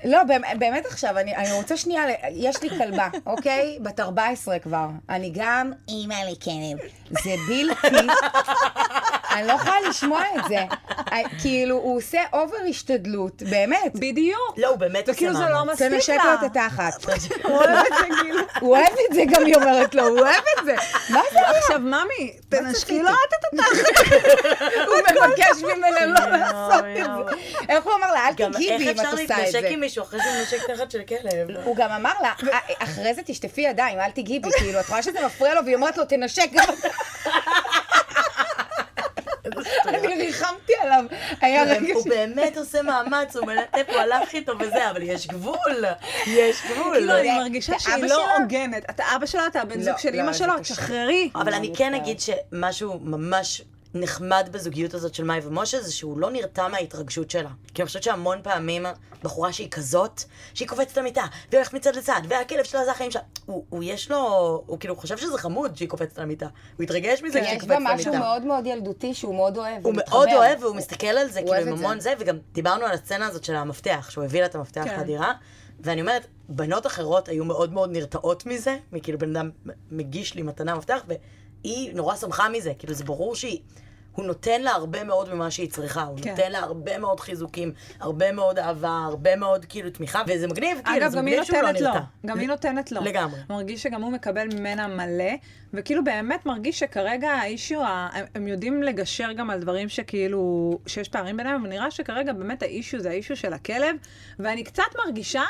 S2: לא, באמת- באמת עכשיו, אני אני רוצה שנייה, ל- יש לי כלבה, אוקיי? בת 14 כבר. אני גם אימא לכלב. זה בלתי... אני לא יכולה לשמוע את זה. כאילו, הוא עושה אובר השתדלות, באמת.
S1: בדיוק.
S3: לא, הוא באמת עושה
S1: וכאילו זה לא
S3: מאמץ.
S1: מספיק לה.
S2: תנשק לו את התחת. הוא אוהב את זה, כאילו. הוא אוהב את זה גם, היא אומרת לו, הוא אוהב את זה. מה זה?
S1: עכשיו, ממי, תנשקי
S2: לא,
S1: לו את
S2: הוא מבקש ממנה לא לעשות
S3: יואו,
S2: את
S3: יואו.
S2: זה. איך הוא אמר לה, אל
S3: גם
S2: תגיבי
S3: איך
S2: אם את
S3: אפשר
S2: עושה את
S3: להתנשק
S2: זה.
S3: עם מישהו אחרי שהוא נשק תחת של כלב?
S2: הוא גם אמר לה, "אה, אחרי זה תשטפי ידיים, אל תגיבי, כאילו, את רואה שזה מפריע לו, והיא אומרת לו, תנשק גם אתה." אני ריחמתי עליו, היה רגע
S3: לא, כן, הוא
S2: ש...
S3: באמת עושה מאמץ, הוא מלטף, הוא הלך איתו וזה, אבל יש גבול, יש גבול.
S1: כאילו, אני
S2: יודע,
S1: מרגישה
S2: אתה
S1: שהיא
S2: אבא
S1: לא
S2: שלה?
S1: הוגנת. אתה אבא שלה, אתה הבן
S2: לא,
S1: זוג של
S2: לא,
S1: אימא
S2: זה
S1: שלו,
S2: קשה.
S1: תשחררי.
S3: אבל אני כן
S2: מצטערת.
S3: אגיד שמשהו ממש נחמד בזוגיות הזאת של מאי ומשה זה שהוא לא נרתע מההתרגשות שלה. כי אני חושבת שהמון פעמים בחורה שהיא כזאת, שהיא קופצת למיטה, והיא הולכת מצד לצד, והכלב שלה זה החיים שלה, הוא, הוא יש לו, הוא כאילו חושב שזה חמוד שהיא קופצת למיטה. הוא התרגש מזה כשהיא
S2: כן, יש
S3: קופצת
S2: בה
S3: למיטה.
S2: משהו מאוד מאוד ילדותי שהוא מאוד אוהב.
S3: הוא
S2: מתחבר.
S3: מאוד אוהב, והוא מסתכל על זה,
S2: הוא אוהב
S3: כאילו, עם
S2: את זה.
S3: המון זה, וגם דיברנו על הסצנה הזאת של המפתח, שהוא הביא לה את המפתח
S1: כן.
S3: לדירה, ואני אומרת, בנות אחרות היו מאוד מאוד נרתעות מזה, מכאילו בן אדם מגיש לי מתנה מפתח, והיא נורא שמחה מזה, כאילו, זה ברור שהיא... הוא נותן לה הרבה מאוד ממה שהיא צריכה, הוא
S1: כן.
S3: נותן לה הרבה מאוד חיזוקים, הרבה מאוד אהבה, הרבה מאוד כאילו תמיכה, וזה מגניב, כאילו,
S1: אגב,
S3: זה
S1: גם היא
S3: מגניב שהוא לא
S1: נותנת לו.
S3: נרתע.
S1: גם היא נותנת לו.
S3: לגמרי.
S1: מרגיש שגם הוא מקבל ממנה מלא, וכאילו באמת מרגיש שכרגע האישיו, ה- הם, הם יודעים לגשר גם על דברים שכאילו, שיש פערים ביניהם, אבל נראה שכרגע באמת האישיו זה האישיו של הכלב, ואני קצת מרגישה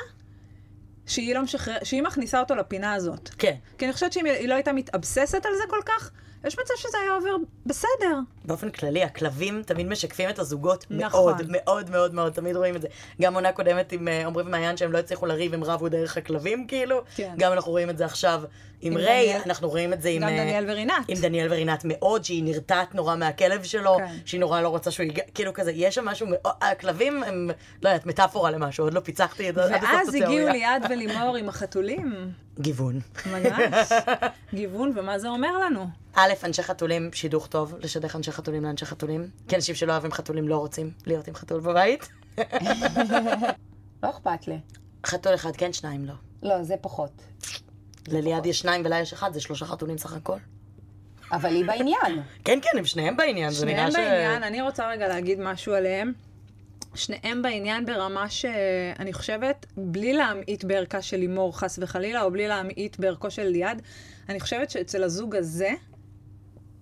S1: שהיא לא משחררת, שהיא מכניסה אותו לפינה הזאת.
S3: כן,
S1: כי אני חושבת שאם היא היא לא הייתה מתאבססת על זה כל כך, יש מצב שזה היה עובר בסדר.
S3: באופן כללי, הכלבים תמיד משקפים את הזוגות
S1: נכון.
S3: מאוד, מאוד מאוד מאוד, תמיד רואים את זה. גם עונה קודמת עם אה, עמרי ומעיין שהם לא הצליחו לריב, הם רבו דרך הכלבים, כאילו.
S1: כן.
S3: גם אנחנו רואים את זה עכשיו עם
S1: עם
S3: ריי,
S1: דניאל.
S3: אנחנו רואים את זה עם...
S1: גם
S3: אה,
S1: דניאל ורינת.
S3: עם דניאל ורינת מאוד, שהיא נרתעת נורא מהכלב שלו,
S1: כן.
S3: שהיא נורא לא רוצה שהוא ייגע, כאילו כזה, יש שם משהו, מאוד- הכלבים הם, לא יודעת, מטאפורה למשהו, עוד לא פיצחתי את זה. עד הסוף את
S1: ואז הגיעו
S3: התיאוריה.
S1: ליעד ולימור עם החתולים.
S3: גיוון.
S1: ממש. גיוון, ומה זה אומר לנו?
S3: א', אנשי חתולים, שידוך טוב, לשדך אנשי חתולים לאנשי חתולים. כי אנשים שלא אוהבים חתולים לא רוצים להיות עם חתול בבית.
S2: לא אכפת לי.
S3: חתול אחד כן, שניים לא.
S2: לא, זה פחות.
S3: לליעד יש שניים ולה יש אחד, זה שלושה חתולים סך הכל.
S2: אבל היא בעניין.
S3: כן, כן, הם שניהם בעניין, זה
S1: שניהם
S3: נראה ש...
S1: בעניין, אני רוצה רגע להגיד משהו עליהם. שניהם בעניין ברמה שאני חושבת, בלי להמעיט בערכה של לימור חס וחלילה, או בלי להמעיט בערכו של ליעד, אני חושבת שאצל הזוג הזה,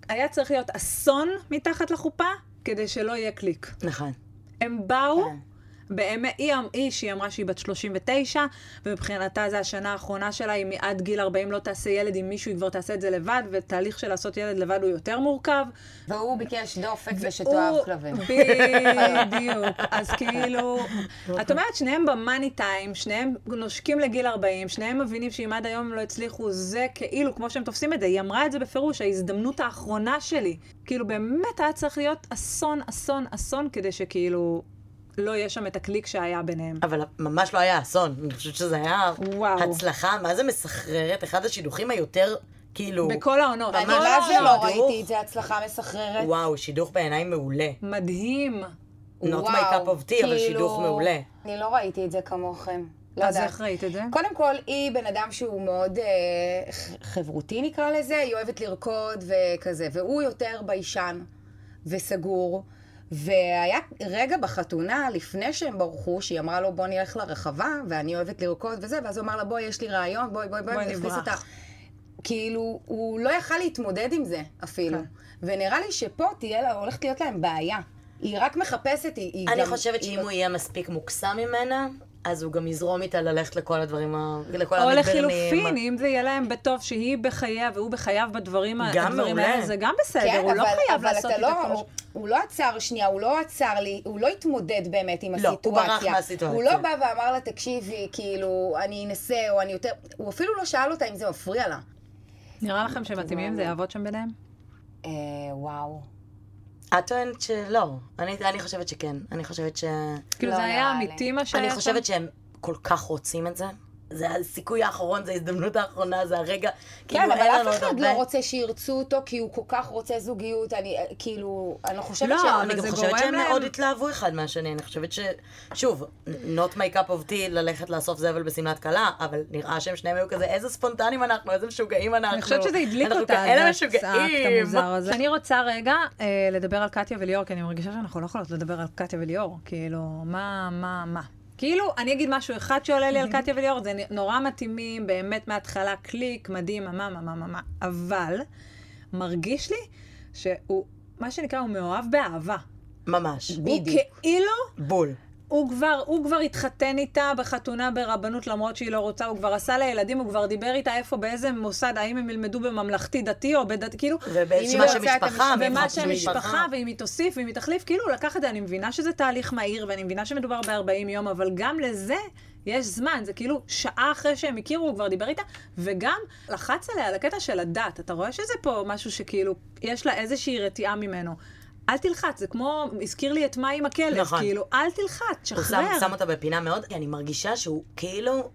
S1: היה צריך להיות אסון מתחת לחופה, כדי שלא יהיה קליק.
S3: נכון.
S1: הם באו, באמת, היא, אמ- היא שהיא אמרה שהיא בת 39, ומבחינתה זו השנה האחרונה שלה, אם היא עד גיל 40 לא תעשה ילד עם מישהו, היא כבר תעשה את זה לבד, ותהליך של לעשות ילד לבד הוא יותר מורכב.
S2: והוא ביקש דופק
S1: הוא-
S2: ושתאהב כלבים.
S1: בדיוק. אז כאילו, את אומרת, שניהם במאני טיים, שניהם נושקים לגיל 40, שניהם מבינים שאם עד היום לא הצליחו, זה כאילו, כמו שהם תופסים את זה, היא אמרה את זה בפירוש, ההזדמנות האחרונה שלי. כאילו, באמת היה צריך להיות אסון, אסון, אסון, כדי שכאילו לא יהיה שם את הקליק שהיה ביניהם.
S3: אבל ממש לא היה אסון, אני חושבת שזה היה
S1: וואו.
S3: הצלחה, מה זה מסחררת? אחד השידוכים היותר, כאילו...
S1: בכל העונות.
S2: אני
S3: ממש
S1: כל
S2: מה זה
S1: העונות.
S2: לא
S3: שידוך.
S2: ראיתי את זה הצלחה מסחררת.
S3: וואו, שידוך בעיניי מעולה.
S1: מדהים.
S3: Not
S2: וואו,
S3: my cup of tea, אבל
S2: כאילו,
S3: שידוך מעולה.
S2: אני לא ראיתי את זה כמוכם. לא
S1: אז
S2: יודעת.
S1: איך ראית את זה?
S2: קודם כל, היא בן אדם שהוא מאוד אה, ח- חברותי נקרא לזה, היא אוהבת לרקוד וכזה, והוא יותר ביישן וסגור. והיה רגע בחתונה, לפני שהם ברחו, שהיא אמרה לו, בוא נלך לרחבה, ואני אוהבת לרקוד וזה, ואז הוא אמר לה, בואי, יש לי רעיון, בואי, בואי, בואי,
S1: בואי
S2: והכניס
S1: נברח.
S2: אותה. כאילו, הוא לא יכל להתמודד עם זה אפילו.
S1: כן.
S2: ונראה לי שפה תהיה לה, הולכת להיות להם בעיה. היא רק מחפשת, היא, היא גם...
S3: אני חושבת
S2: היא
S3: שאם הוא יהיה מספיק מוקסם ממנה, אז הוא גם יזרום איתה ללכת לכל הדברים, ה- לכל
S1: או
S3: המדברנים.
S1: לחילופין, אם זה יהיה להם בטוב שהיא בחייה והוא בחייו בדברים ה-
S3: גם
S1: הדברים
S3: מעולה.
S1: האלה, זה גם בסדר,
S2: כן,
S1: הוא לא
S2: אבל-
S1: חייב
S2: אבל
S1: לעשות
S2: אתה
S1: את
S2: לא-
S1: הכל.
S2: הוא- הוא לא עצר שנייה, הוא לא עצר לי, הוא לא התמודד באמת עם
S3: לא, הוא
S2: הסיטואציה.
S3: ברח מהסיטואציה.
S2: הוא לא בא ואמר לה, תקשיבי, כאילו, אני אנסה או אני יותר... הוא אפילו לא שאל אותה אם זה מפריע לה.
S1: נראה לכם שמתאימים זה יעבוד שם ביניהם?
S2: אה, וואו.
S3: את טוענת שלא. אני, אני חושבת שכן. אני חושבת ש...
S1: כאילו זה
S2: נראה
S1: היה
S2: לי.
S1: אמיתי מה שהיה
S3: אני
S1: שם?
S3: חושבת שהם כל כך רוצים את זה. זה הסיכוי האחרון, זה ההזדמנות האחרונה, זה הרגע.
S2: כן,
S3: כאילו,
S2: אבל
S3: אין לנו
S2: אף
S3: עוד
S2: אחד
S3: הרבה.
S2: לא רוצה שירצו אותו, כי הוא כל כך רוצה זוגיות, אני אה, כאילו, אני לא חושבת
S1: לא,
S2: ש...
S1: אבל
S3: אני גם
S1: זה
S3: חושבת
S1: גורם
S3: שהם
S1: להם-
S3: מאוד התלהבו אחד מהשני, אני חושבת ש... שוב, not my cup of tea ללכת לאסוף זבל בשמלת כלה, אבל נראה שהם שניהם היו כזה, איזה ספונטנים אנחנו, איזה משוגעים אנחנו.
S1: אני חושבת שזה הדליק
S3: אנחנו
S1: אותה,
S3: כאלה
S1: אז האקט
S3: משוגעים.
S1: המוזר הזה. אני רוצה רגע אה, לדבר על קטיה וליאור, כי אני מרגישה שאנחנו לא יכולות לדבר על קטיה וליאור. כאילו, מה, מה, מה. כאילו, אני אגיד משהו אחד שעולה לי על קטיה וליאור, זה נורא מתאימים, באמת מההתחלה קליק, מדהים, מה, מה, מה, מה, מה. אבל, מרגיש לי שהוא, מה שנקרא, הוא מאוהב באהבה.
S3: ממש.
S1: הוא
S2: בדיוק.
S1: כאילו
S3: בול.
S1: הוא כבר, הוא כבר התחתן איתה בחתונה ברבנות למרות שהיא לא רוצה, הוא כבר עשה לה ילדים, הוא כבר דיבר איתה איפה, באיזה מוסד, האם הם ילמדו בממלכתי דתי או בדת, כאילו,
S3: ובאיזשהו
S2: אם
S3: מה
S2: היא רוצה את
S3: שמשפחה,
S2: המשפחה,
S1: ומה
S3: מאחד
S1: שהם
S3: משפחה.
S1: משפחה, ואם היא תוסיף, ואם היא תחליף, כאילו, הוא לקח את זה, אני מבינה שזה תהליך מהיר, ואני מבינה שמדובר ב-40 יום, אבל גם לזה יש זמן, זה כאילו שעה אחרי שהם הכירו, הוא כבר דיבר איתה, וגם לחץ עליה על הקטע של הדת. אתה רואה שזה פה משהו שכאילו, יש לה איזושהי רתיעה ממנו. אל תלחץ, זה כמו, הזכיר לי את מה עם הכלב,
S3: נכון.
S1: כאילו, אל תלחץ,
S3: הוא
S1: שחרר.
S3: שם, שם אותה בפינה מאוד, כי אני מרגישה שהוא כאילו...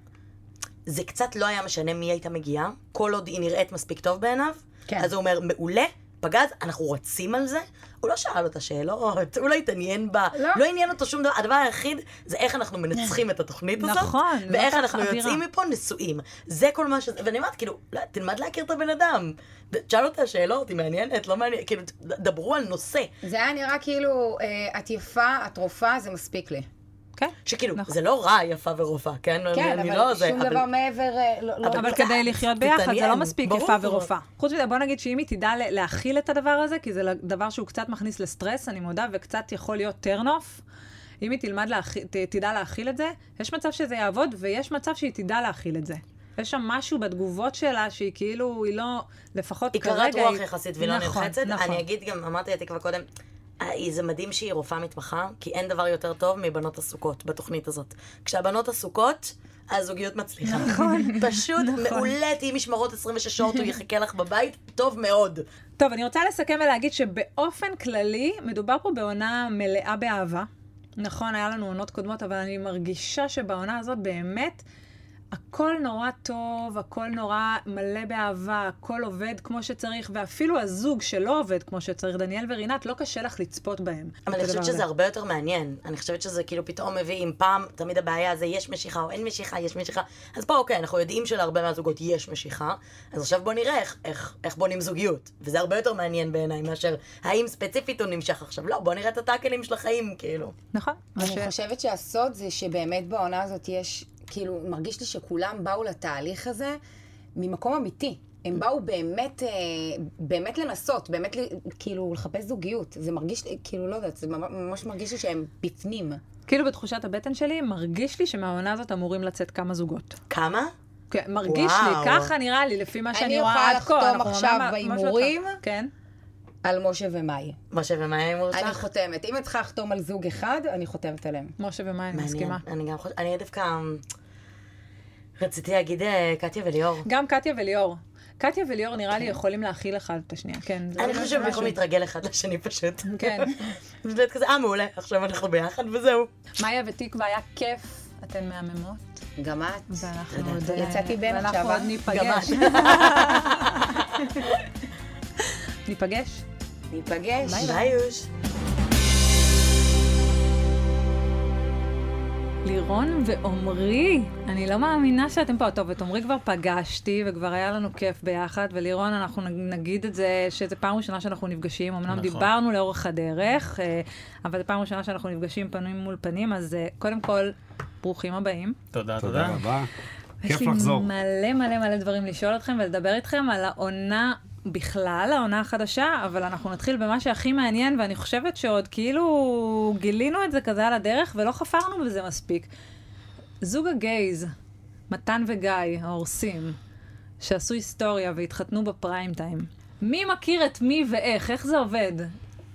S3: זה קצת לא היה משנה מי הייתה מגיעה, כל עוד היא נראית מספיק טוב בעיניו.
S2: כן.
S3: אז הוא אומר, מעולה, פגז, אנחנו רצים על זה. הוא לא שאל אותה שאלות, הוא לא התעניין בה, לא,
S2: לא.
S3: עניין אותו שום דבר. הדבר היחיד זה איך אנחנו מנצחים את התוכנית הזאת.
S1: נכון, לא
S3: ואיך
S1: ככה
S3: אנחנו
S1: אווירה.
S3: יוצאים מפה נשואים. זה כל מה שזה, ואני אומרת, כאילו, לא, תלמד להכיר את הבן אדם. ד- תשאל אותה שאלות, היא מעניינת, לא מעניינת, כאילו, ד- דברו על נושא.
S2: זה היה נראה כאילו, אה, את יפה, את רופאה, זה מספיק לי.
S1: כן.
S3: שכאילו,
S1: נכון.
S3: זה לא רע יפה ורופאה, כן?
S2: כן,
S3: אני
S2: אבל
S3: לא זה,
S2: שום
S3: אבל-
S2: דבר מעבר... אה, לא- לא-
S1: אבל
S3: קצת,
S1: כדי לחיות ביחד, זה לא
S3: תתעניין,
S1: מספיק
S3: ברור.
S1: יפה ורופאה. חוץ מזה, בוא נגיד שאם היא תדע ל- להכיל את הדבר הזה, כי זה דבר שהוא קצת מכניס לסטרס, אני מודה, וקצת יכול להיות טרנוף, אם היא תלמד להכיל, ת- תדע להכיל את זה, יש מצב שזה יעבוד, ויש מצב שהיא תדע להכיל את זה. יש שם משהו בתגובות שלה שהיא כאילו, היא לא, לפחות
S3: היא
S1: כרגע...
S3: קרת רוח יחסית והיא לא
S1: נכון,
S3: נלחצת.
S1: נכון.
S3: אני אגיד גם, אמרתי לתקווה קודם, אה, זה מדהים שהיא רופאה מתמחה, כי אין דבר יותר טוב מבנות עסוקות בתוכנית הזאת. כשהבנות עסוקות... הזוגיות מצליחה. נכון. פשוט מעולה, תהיי משמרות 26 שעות, הוא יחכה לך בבית, טוב מאוד.
S1: טוב, אני רוצה לסכם ולהגיד שבאופן כללי, מדובר פה בעונה מלאה באהבה. נכון, היה לנו עונות קודמות, אבל אני מרגישה שבעונה הזאת באמת הכל נורא טוב, הכל נורא מלא באהבה, הכל עובד כמו שצריך, ואפילו הזוג שלא עובד כמו שצריך, דניאל ורינת, לא קשה לך לצפות בהם.
S3: אבל
S1: את
S3: אני
S1: הדבר
S3: חושבת שזה
S1: הזה.
S3: הרבה יותר מעניין. אני חושבת שזה כאילו פתאום מביא, אם פעם, תמיד הבעיה זה יש משיכה או אין משיכה, יש משיכה. אז פה אוקיי, אנחנו יודעים שלהרבה מהזוגות יש משיכה, אז עכשיו בוא נראה איך, איך, איך בונים זוגיות. וזה הרבה יותר מעניין בעיניי מאשר האם ספציפית הוא נמשך עכשיו. לא, בוא נראה את הטאקלים של החיים, כאילו.
S1: נכון. מה ש-
S2: אני חושבת שהסוד זה שבאמת בעונה הזאת יש, כאילו, מרגיש לי שכולם באו לתהליך הזה ממקום אמיתי. הם באו באמת, אה, באמת לנסות, באמת ל- כאילו לחפש זוגיות. זה מרגיש, לי- כאילו, לא יודעת, זה ממ- ממש מרגיש לי שהם בפנים.
S1: כאילו בתחושת הבטן שלי, מרגיש לי שמהעונה הזאת אמורים לצאת כמה זוגות.
S3: כמה?
S1: כן, מרגיש
S3: וואו.
S1: לי, ככה נראה לי, לפי מה
S2: אני
S1: שאני
S2: יכולה
S1: רואה עד כה.
S2: לחתום
S1: אנחנו
S2: עכשיו
S1: ממש- משהו
S2: בהימורים.
S1: אותך. כן.
S2: על משה ומאי.
S3: משה ומה היה ההימור
S2: אני
S3: שלך?
S2: חותמת. אם את צריכה לחתום על זוג אחד, אני חותמת עליהם.
S1: משה ומה, אני
S3: מעניין.
S1: מסכימה.
S3: אני גם חושבת, אני דווקא... אמ, רציתי להגיד אה, קטיה וליאור.
S1: גם קטיה וליאור. קטיה וליאור נראה לי יכולים להכיל אחד את השנייה, כן. זה
S3: אני
S1: לא
S3: חושבת שהם
S1: משהו.
S3: יכולים להתרגל אחד לשני פשוט.
S1: כן.
S3: זה באמת כזה, אה, מעולה, עכשיו אנחנו ביחד וזהו.
S1: מאיה ותקווה, היה כיף. אתן מהממות,
S2: גם את.
S1: ואנחנו עוד... אה,
S2: יצאתי בן
S1: ואנחנו
S2: עכשיו, אה?
S1: עוד ניפגש. ניפגש.
S2: ניפגש.
S3: ביי, יוש.
S1: לירון ועומרי, אני לא מאמינה שאתם פה. טוב, את עומרי כבר פגשתי, וכבר היה לנו כיף ביחד, ולירון, אנחנו נג- נגיד את זה, שזו פעם ראשונה שאנחנו נפגשים, אמנם
S4: נכון.
S1: דיברנו לאורך הדרך, אה, אבל זו פעם ראשונה שאנחנו נפגשים פנים מול פנים, אז אה, קודם כל, ברוכים הבאים.
S4: תודה,
S5: תודה
S4: תודה.
S5: רבה.
S1: יש
S5: כיף לחזור.
S1: לי מלא מלא מלא דברים לשאול אתכם ולדבר איתכם על העונה בכלל, העונה החדשה, אבל אנחנו נתחיל במה שהכי מעניין, ואני חושבת שעוד כאילו גילינו את זה כזה על הדרך ולא חפרנו בזה מספיק. זוג הגייז, מתן וגיא, ההורסים, שעשו היסטוריה והתחתנו בפריים טיים. מי מכיר את מי ואיך? איך זה עובד?
S5: אה,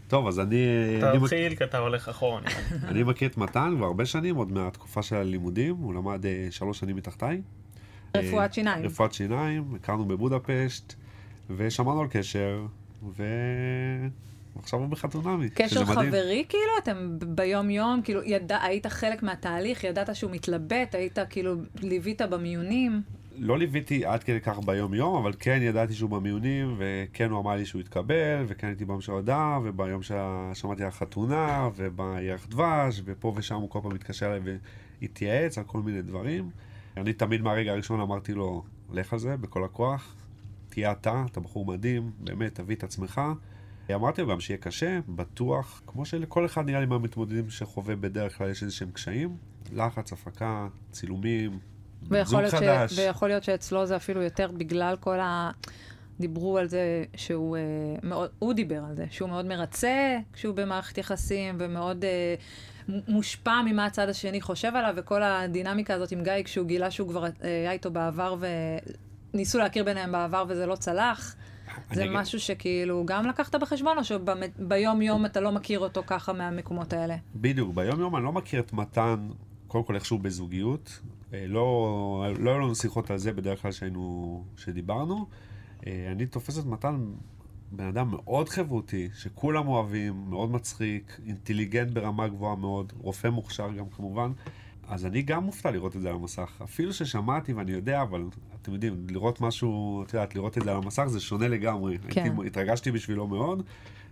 S4: טוב, אז אני, אני, מכ...
S5: תתחיל, כי אתה הולך אחורה. נראה לי.
S4: אני מכיר את מתן כבר הרבה שנים, עוד מהתקופה של הלימודים, הוא למד אה, שלוש שנים מתחתיי. אה,
S1: רפואת שיניים.
S4: רפואת שיניים, הכרנו בבודפשט, ושמענו על קשר, ועכשיו הוא בחתונמי.
S1: קשר
S4: שזה מדהים.
S1: חברי כאילו? אתם ב- ביום-יום, כאילו, ידע, היית חלק מהתהליך, ידעת שהוא מתלבט, היית כאילו, ליווית במיונים.
S4: לא ליוויתי עד כדי כך ביום-יום, אבל כן ידעתי שהוא במיונים, וכן הוא אמר לי שהוא התקבל, וכן הייתי ביום של ההודעה, וביום ששמעתי על החתונה, ובירח דבש, ופה ושם הוא כל פעם מתקשר אליי והתייעץ על כל מיני דברים. אני תמיד מהרגע הראשון אמרתי לו, לך על זה, בכל הכוח, תהיה אתה, אתה בחור מדהים, באמת, תביא את עצמך. אמרתי לו גם שיהיה קשה, בטוח, כמו שלכל אחד נראה לי מהמתמודדים שחווה בדרך כלל יש איזה שהם קשיים, לחץ, הפקה, צילומים,
S1: ויכול
S4: זוג
S1: להיות,
S4: חדש.
S1: ש... ויכול להיות שאצלו זה אפילו יותר בגלל כל ה... דיברו על זה שהוא אה, מאוד, הוא דיבר על זה, שהוא מאוד מרצה כשהוא במערכת יחסים ומאוד אה, מ- מושפע ממה הצד השני חושב עליו וכל הדינמיקה הזאת עם גיא כשהוא גילה שהוא כבר אה, היה איתו בעבר וניסו להכיר ביניהם בעבר וזה לא צלח. זה
S4: אגיד-
S1: משהו שכאילו גם לקחת בחשבון או שביום יום אתה לא מכיר אותו ככה מהמקומות האלה?
S4: בדיוק, ביום-יום אני לא מכיר את מתן, קודם כל איכשהו בזוגיות. אה, לא, לא היו לנו שיחות על זה בדרך כלל שהיינו, שדיברנו. אה, אני תופס את מתן בן אדם מאוד חברותי, שכולם אוהבים, מאוד מצחיק, אינטליגנט ברמה גבוהה מאוד, רופא מוכשר גם כמובן. אז אני גם מופתע לראות את זה על המסך. אפילו ששמעתי ואני יודע, אבל אתם יודעים, לראות משהו, את יודעת, לראות את זה על המסך זה שונה לגמרי.
S1: כן.
S4: הייתי, התרגשתי בשבילו מאוד,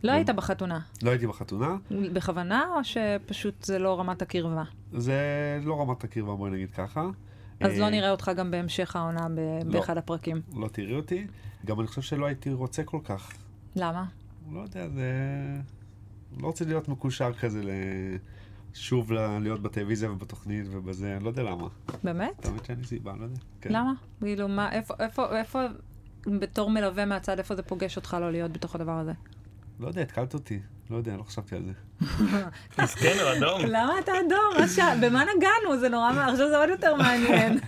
S1: לא היית בחתונה.
S4: לא הייתי בחתונה.
S1: בכוונה או שפשוט זה לא רמת הקרבה?
S4: זה לא רמת הקרבה, בואי נגיד ככה.
S1: אז
S4: אה,
S1: לא נראה אותך גם בהמשך העונה ב-
S4: לא.
S1: באחד הפרקים.
S4: לא תראי אותי. גם אני חושב שלא הייתי רוצה כל כך.
S1: למה?
S4: לא יודע, זה... לא רוצה להיות מקושר כזה ל... שוב ל- להיות בטלוויזיה ובתוכנית ובזה, אני לא יודע למה.
S1: באמת?
S4: האמת שאין לי סיבה, אני לא יודע. כן.
S1: למה? כאילו, מה, איפה, איפה, איפה, בתור מלווה מהצד, איפה זה פוגש אותך לא להיות בתוך הדבר הזה?
S4: לא יודע, התקלת אותי. לא יודע, לא חשבתי על זה.
S5: מסכן, הוא אדום.
S1: למה אתה אדום? מה שע- במה נגענו? זה נורא, מה- עכשיו זה עוד יותר מעניין.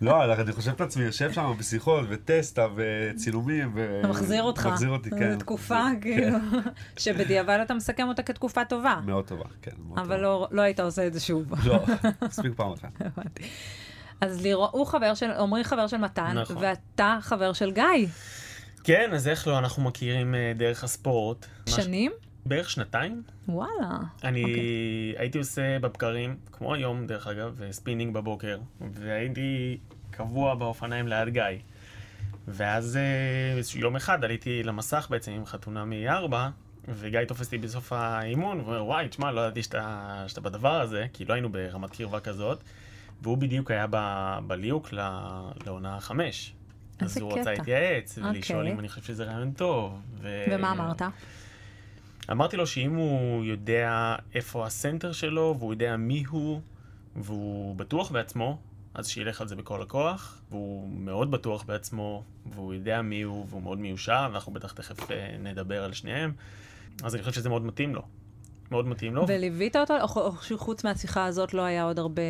S4: לא, אבל אני חושב את עצמי יושב שם בשיחות וטסטה וצילומים ו...
S1: אתה מחזיר אותך.
S4: מחזיר אותי, כן.
S1: זו תקופה, כאילו, שבדיעבד אתה מסכם אותה כתקופה טובה.
S4: מאוד טובה, כן. מאוד
S1: אבל
S4: טובה.
S1: לא- לא היית עושה את זה שוב.
S4: לא, מספיק פעם אחת.
S1: הבנתי. אז לירון, הוא חבר של, עמרי חבר של מתן,
S5: נכון.
S1: ואתה חבר של גיא.
S5: כן, אז איך לא, אנחנו מכירים אה, דרך הספורט. ממש-
S1: שנים?
S5: בערך שנתיים.
S1: וואלה.
S5: אני
S1: אוקיי.
S5: הייתי עושה בבקרים, כמו היום דרך אגב, ספינינג בבוקר, והייתי קבוע באופניים ליד גיא. ואז אה, איזשהו יום אחד עליתי למסך בעצם עם חתונה מ-4, וגיא תופס אותי בסוף האימון, ואומר, וואי, תשמע, לא ידעתי שאתה, שאתה בדבר הזה, כי לא היינו ברמת קרבה כזאת, והוא בדיוק היה ב, בליוק ל, לעונה 5. אז
S1: איזה
S5: הוא רצה
S1: קטע.
S5: להתייעץ, ולשאול
S1: אוקיי.
S5: אם אני חושב שזה רעיון טוב. ו...
S1: ומה אמרת?
S5: אמרתי לו שאם הוא יודע איפה הסנטר שלו, והוא יודע מי הוא, והוא בטוח בעצמו, אז שילך על זה בכל הכוח, והוא מאוד בטוח בעצמו, והוא יודע מי הוא, והוא מאוד מיושב, ואנחנו בטח תכף אה, נדבר על שניהם, אז אני חושב שזה מאוד מתאים לו. מאוד מתאים לו.
S1: וליווית אותו, או או שחוץ מהשיחה הזאת לא היה עוד הרבה...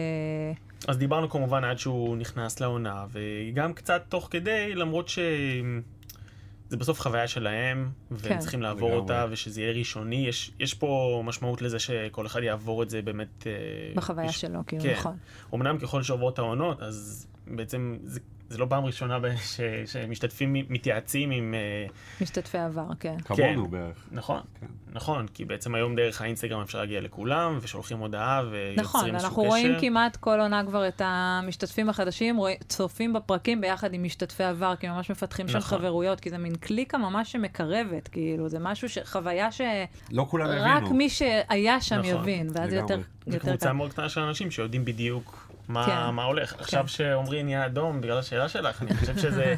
S5: אז דיברנו כמובן עד שהוא נכנס לעונה, וגם קצת תוך כדי, למרות שזה בסוף חוויה שלהם, והם
S1: כן.
S5: כן. צריכים לעבור
S4: לגמרי.
S5: אותה, ושזה יהיה ראשוני, יש, יש פה משמעות לזה שכל אחד יעבור את זה באמת... אה,
S1: בחוויה
S5: יש...
S1: שלו, כאילו,
S5: כן.
S1: נכון.
S5: אמנם ככל שעוברות העונות, אז בעצם זה, זה לא פעם ראשונה ב- ש, שמשתתפים, מתייעצים עם... אה,
S1: משתתפי עבר, כן.
S4: כמונו בערך.
S5: נכון,
S4: כן.
S5: נכון, כי בעצם היום דרך האינסטגרם אפשר להגיע לכולם, ושולחים הודעה, ויוצרים איזשהו קשר.
S1: נכון, אנחנו רואים כמעט כל עונה כבר את המשתתפים החדשים, רואי- צופים בפרקים ביחד עם משתתפי עבר, כי ממש מפתחים שם
S5: נכון.
S1: חברויות, כי זה מין קליקה ממש שמקרבת, כאילו, זה משהו, ש- חוויה שרק
S4: לא כולם הבינו.
S1: מי שהיה שם
S5: נכון,
S1: יבין, ואז זה
S4: לגמרי.
S1: יותר
S5: זה
S1: יותר
S5: קבוצה
S1: קל.
S5: מאוד קטנה של אנשים שיודעים בדיוק מה,
S1: כן.
S5: כן. מה הולך. כן. עכשיו שעמרי נהיה אדום בגלל השאלה שלך, אני חושב שזה,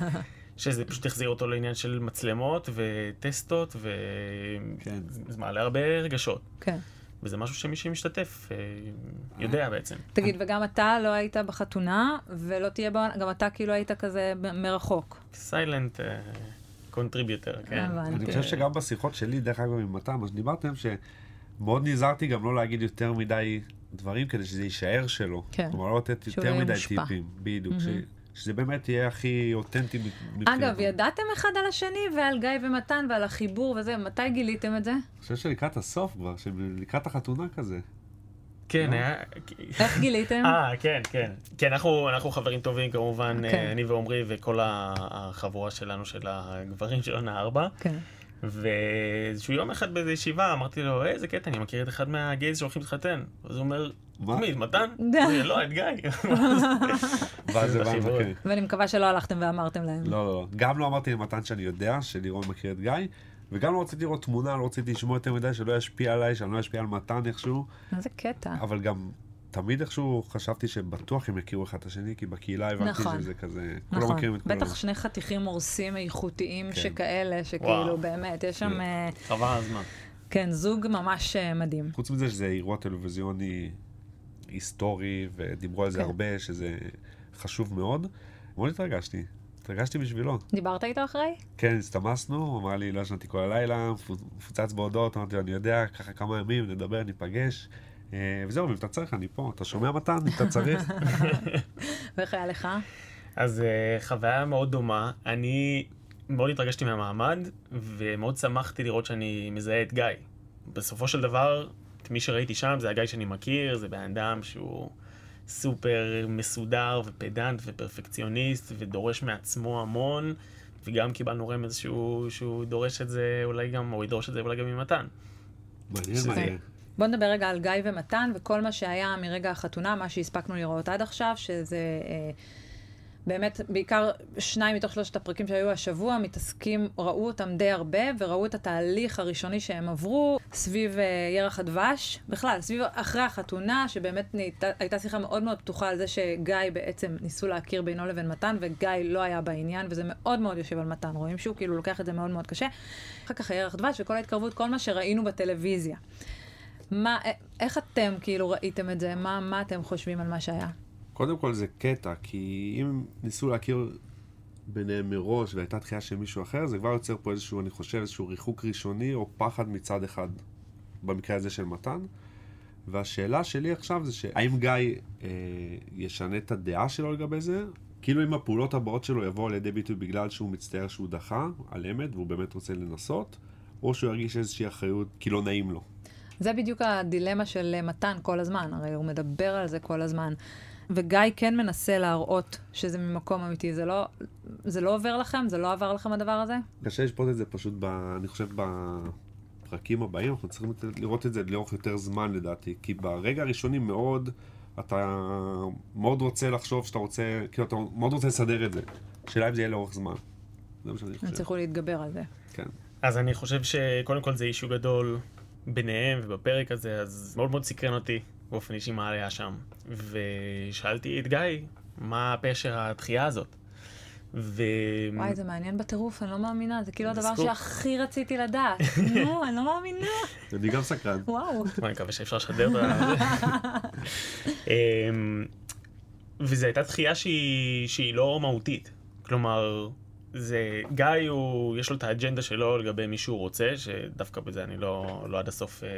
S5: שזה פשוט החזיר אותו לעניין של מצלמות וטסטות, וזה
S4: כן.
S5: מעלה הרבה רגשות.
S1: כן.
S5: וזה משהו שמי שמשתתף אה, יודע
S4: אה.
S5: בעצם.
S1: תגיד, וגם אתה לא היית בחתונה, ולא תהיה בעונה, גם אתה כאילו היית כזה מ- מרחוק.
S5: סיילנט קונטריביוטר, אה, כן.
S1: הבנתי.
S4: אני חושב שגם בשיחות שלי, דרך אגב, עם מתן, מה שדיברתם, שמאוד נזהרתי גם לא להגיד יותר מדי דברים כדי שזה יישאר שלו.
S1: כן.
S4: כלומר, לא לתת
S1: שהוא
S4: יותר
S1: לא
S4: מדי
S1: יושפע.
S4: טיפים. בדיוק. ש- שזה באמת יהיה הכי אותנטי מבחינתי.
S1: אגב, ידעתם אחד על השני ועל גיא ומתן ועל החיבור וזה, מתי גיליתם את זה?
S4: אני חושב שלקראת הסוף כבר, שלקראת החתונה כזה.
S5: כן, היה...
S1: איך גיליתם?
S5: אה, כן, כן. כן, אנחנו, אנחנו חברים טובים כמובן,
S1: כן.
S5: אה, אני ועומרי וכל ה- החבורה שלנו, של הגברים של עונה ארבע.
S1: כן.
S5: ואיזשהו יום אחד באיזו ישיבה אמרתי לו, איזה קטע, אני מכיר את אחד מהגייז שהולכים להתחתן. אז הוא אומר,
S4: מה?
S5: מי, את מתן?
S1: די.
S5: הוא אומר, לא, את גיא.
S4: ואז הבנו,
S5: החיבור.
S4: כן.
S1: ואני מקווה שלא הלכתם ואמרתם להם.
S4: לא, לא, לא. גם לא אמרתי למתן שאני יודע שלירון מכיר את גיא, וגם לא רציתי לראות תמונה, לא רציתי לשמוע יותר מדי, שלא ישפיע עליי, שאני לא אשפיע על מתן איכשהו,
S1: איזה קטע.
S4: אבל גם תמיד איכשהו חשבתי שבטוח הם יכירו אחד את השני, כי בקהילה הבנתי
S1: נכון.
S4: שזה כזה, כולם
S1: נכון,
S4: מכירים את כולם.
S1: בטח שני חתיכים הורסים איכותיים
S4: כן.
S1: שכאלה, שכאילו
S5: וואו.
S1: באמת, יש שם,
S4: כן.
S1: אה,
S5: חבל על הזמן.
S1: כן, זוג ממש אה, מדהים.
S4: חוץ מזה שזה אירוע טלוויזיוני היסטורי, ודיברו על זה
S1: כן.
S4: הרבה, שזה חשוב מאוד. מאוד התרגשתי, התרגשתי בשבילו.
S1: דיברת איתו אחרי?
S4: כן, הסתמסנו, הוא אמר לי, לא ישנתי כל הלילה, מפוצ- מפוצץ בהודעות, אמרתי לו, אני יודע, ככה כמה ימים, נדבר, ניפגש. אה, וזהו, ואם אתה צריך, אני פה. אתה שומע מתן? אם אתה צריך?
S1: ואיך היה לך?
S5: אז אה, חוויה מאוד דומה. אני מאוד התרגשתי מהמעמד, ומאוד שמחתי לראות שאני מזהה את גיא. בסופו של דבר, את מי שראיתי שם זה הגיא שאני מכיר, זה בן אדם שהוא סופר מסודר ופדנט ופרפקציוניסט, ודורש מעצמו המון, וגם קיבלנו רמז שהוא, שהוא דורש את זה אולי גם, או ידרוש את זה אולי גם ממתן.
S4: מעניין,
S5: שזה-
S4: מעניין.
S1: בוא נדבר רגע על גיא ומתן וכל מה שהיה מרגע החתונה, מה שהספקנו לראות עד עכשיו, שזה אה, באמת, בעיקר שניים מתוך שלושת הפרקים שהיו השבוע, מתעסקים, ראו אותם די הרבה, וראו את התהליך הראשוני שהם עברו סביב אה, ירח הדבש, בכלל, סביב אחרי החתונה, שבאמת נהייתה, הייתה שיחה מאוד מאוד פתוחה על זה שגיא בעצם ניסו להכיר בינו לבין מתן, וגיא לא היה בעניין, וזה מאוד מאוד יושב על מתן, רואים שהוא כאילו לוקח את זה מאוד מאוד קשה. אחר כך הירח דבש וכל ההתקרבות, כל מה שראינו בטלוויזיה. מה, א- איך אתם כאילו ראיתם את זה? מה, מה אתם חושבים על מה שהיה?
S4: קודם כל זה קטע, כי אם ניסו להכיר ביניהם מראש והייתה דחייה של מישהו אחר, זה כבר יוצר פה איזשהו, אני חושב, איזשהו ריחוק ראשוני או פחד מצד אחד, במקרה הזה של מתן. והשאלה שלי עכשיו זה שהאם גיא אה, ישנה את הדעה שלו לגבי זה? כאילו אם הפעולות הבאות שלו יבואו על ידי ביטוי בגלל שהוא מצטער שהוא דחה על אמת והוא באמת רוצה לנסות, או שהוא ירגיש איזושהי אחריות כי לא נעים לו.
S1: זה בדיוק הדילמה של אה, מתן כל הזמן, הרי הוא מדבר על זה כל הזמן. וגיא כן מנסה להראות שזה ממקום אמיתי, זה לא, זה לא עובר לכם? זה לא עבר לכם הדבר הזה?
S4: קשה לשפוט את זה פשוט, ב, אני חושב, בפרקים הבאים, אנחנו צריכים לתת- לראות את זה לאורך יותר זמן לדעתי, כי ברגע הראשוני מאוד, אתה מאוד רוצה לחשוב שאתה רוצה, כאילו אתה מאוד רוצה לסדר את זה. השאלה אם זה יהיה לאורך זמן. זה מה שאני
S1: הם
S4: חושב.
S1: צריכו להתגבר על זה.
S4: כן.
S5: אז אני חושב שקודם כל זה אישו גדול ביניהם ובפרק הזה, אז מאוד מאוד סקרן אותי באופן אישי מה היה שם. ושאלתי את גיא, מה פשר הדחייה הזאת? ו...
S1: וואי, זה מעניין בטירוף, אני לא מאמינה, זה כאילו
S5: זה
S1: הדבר
S5: סקופ.
S1: שהכי רציתי לדעת. נו, אני לא מאמינה.
S4: אני גם סקרן.
S1: וואו.
S5: בוא, אני מקווה שאפשר לשדר את ה... אמ, וזו הייתה דחייה שהיא, שהיא לא מהותית. כלומר, זה, גיא, הוא, יש לו את האג'נדה שלו לגבי מי שהוא רוצה, שדווקא בזה אני לא, לא עד הסוף אה,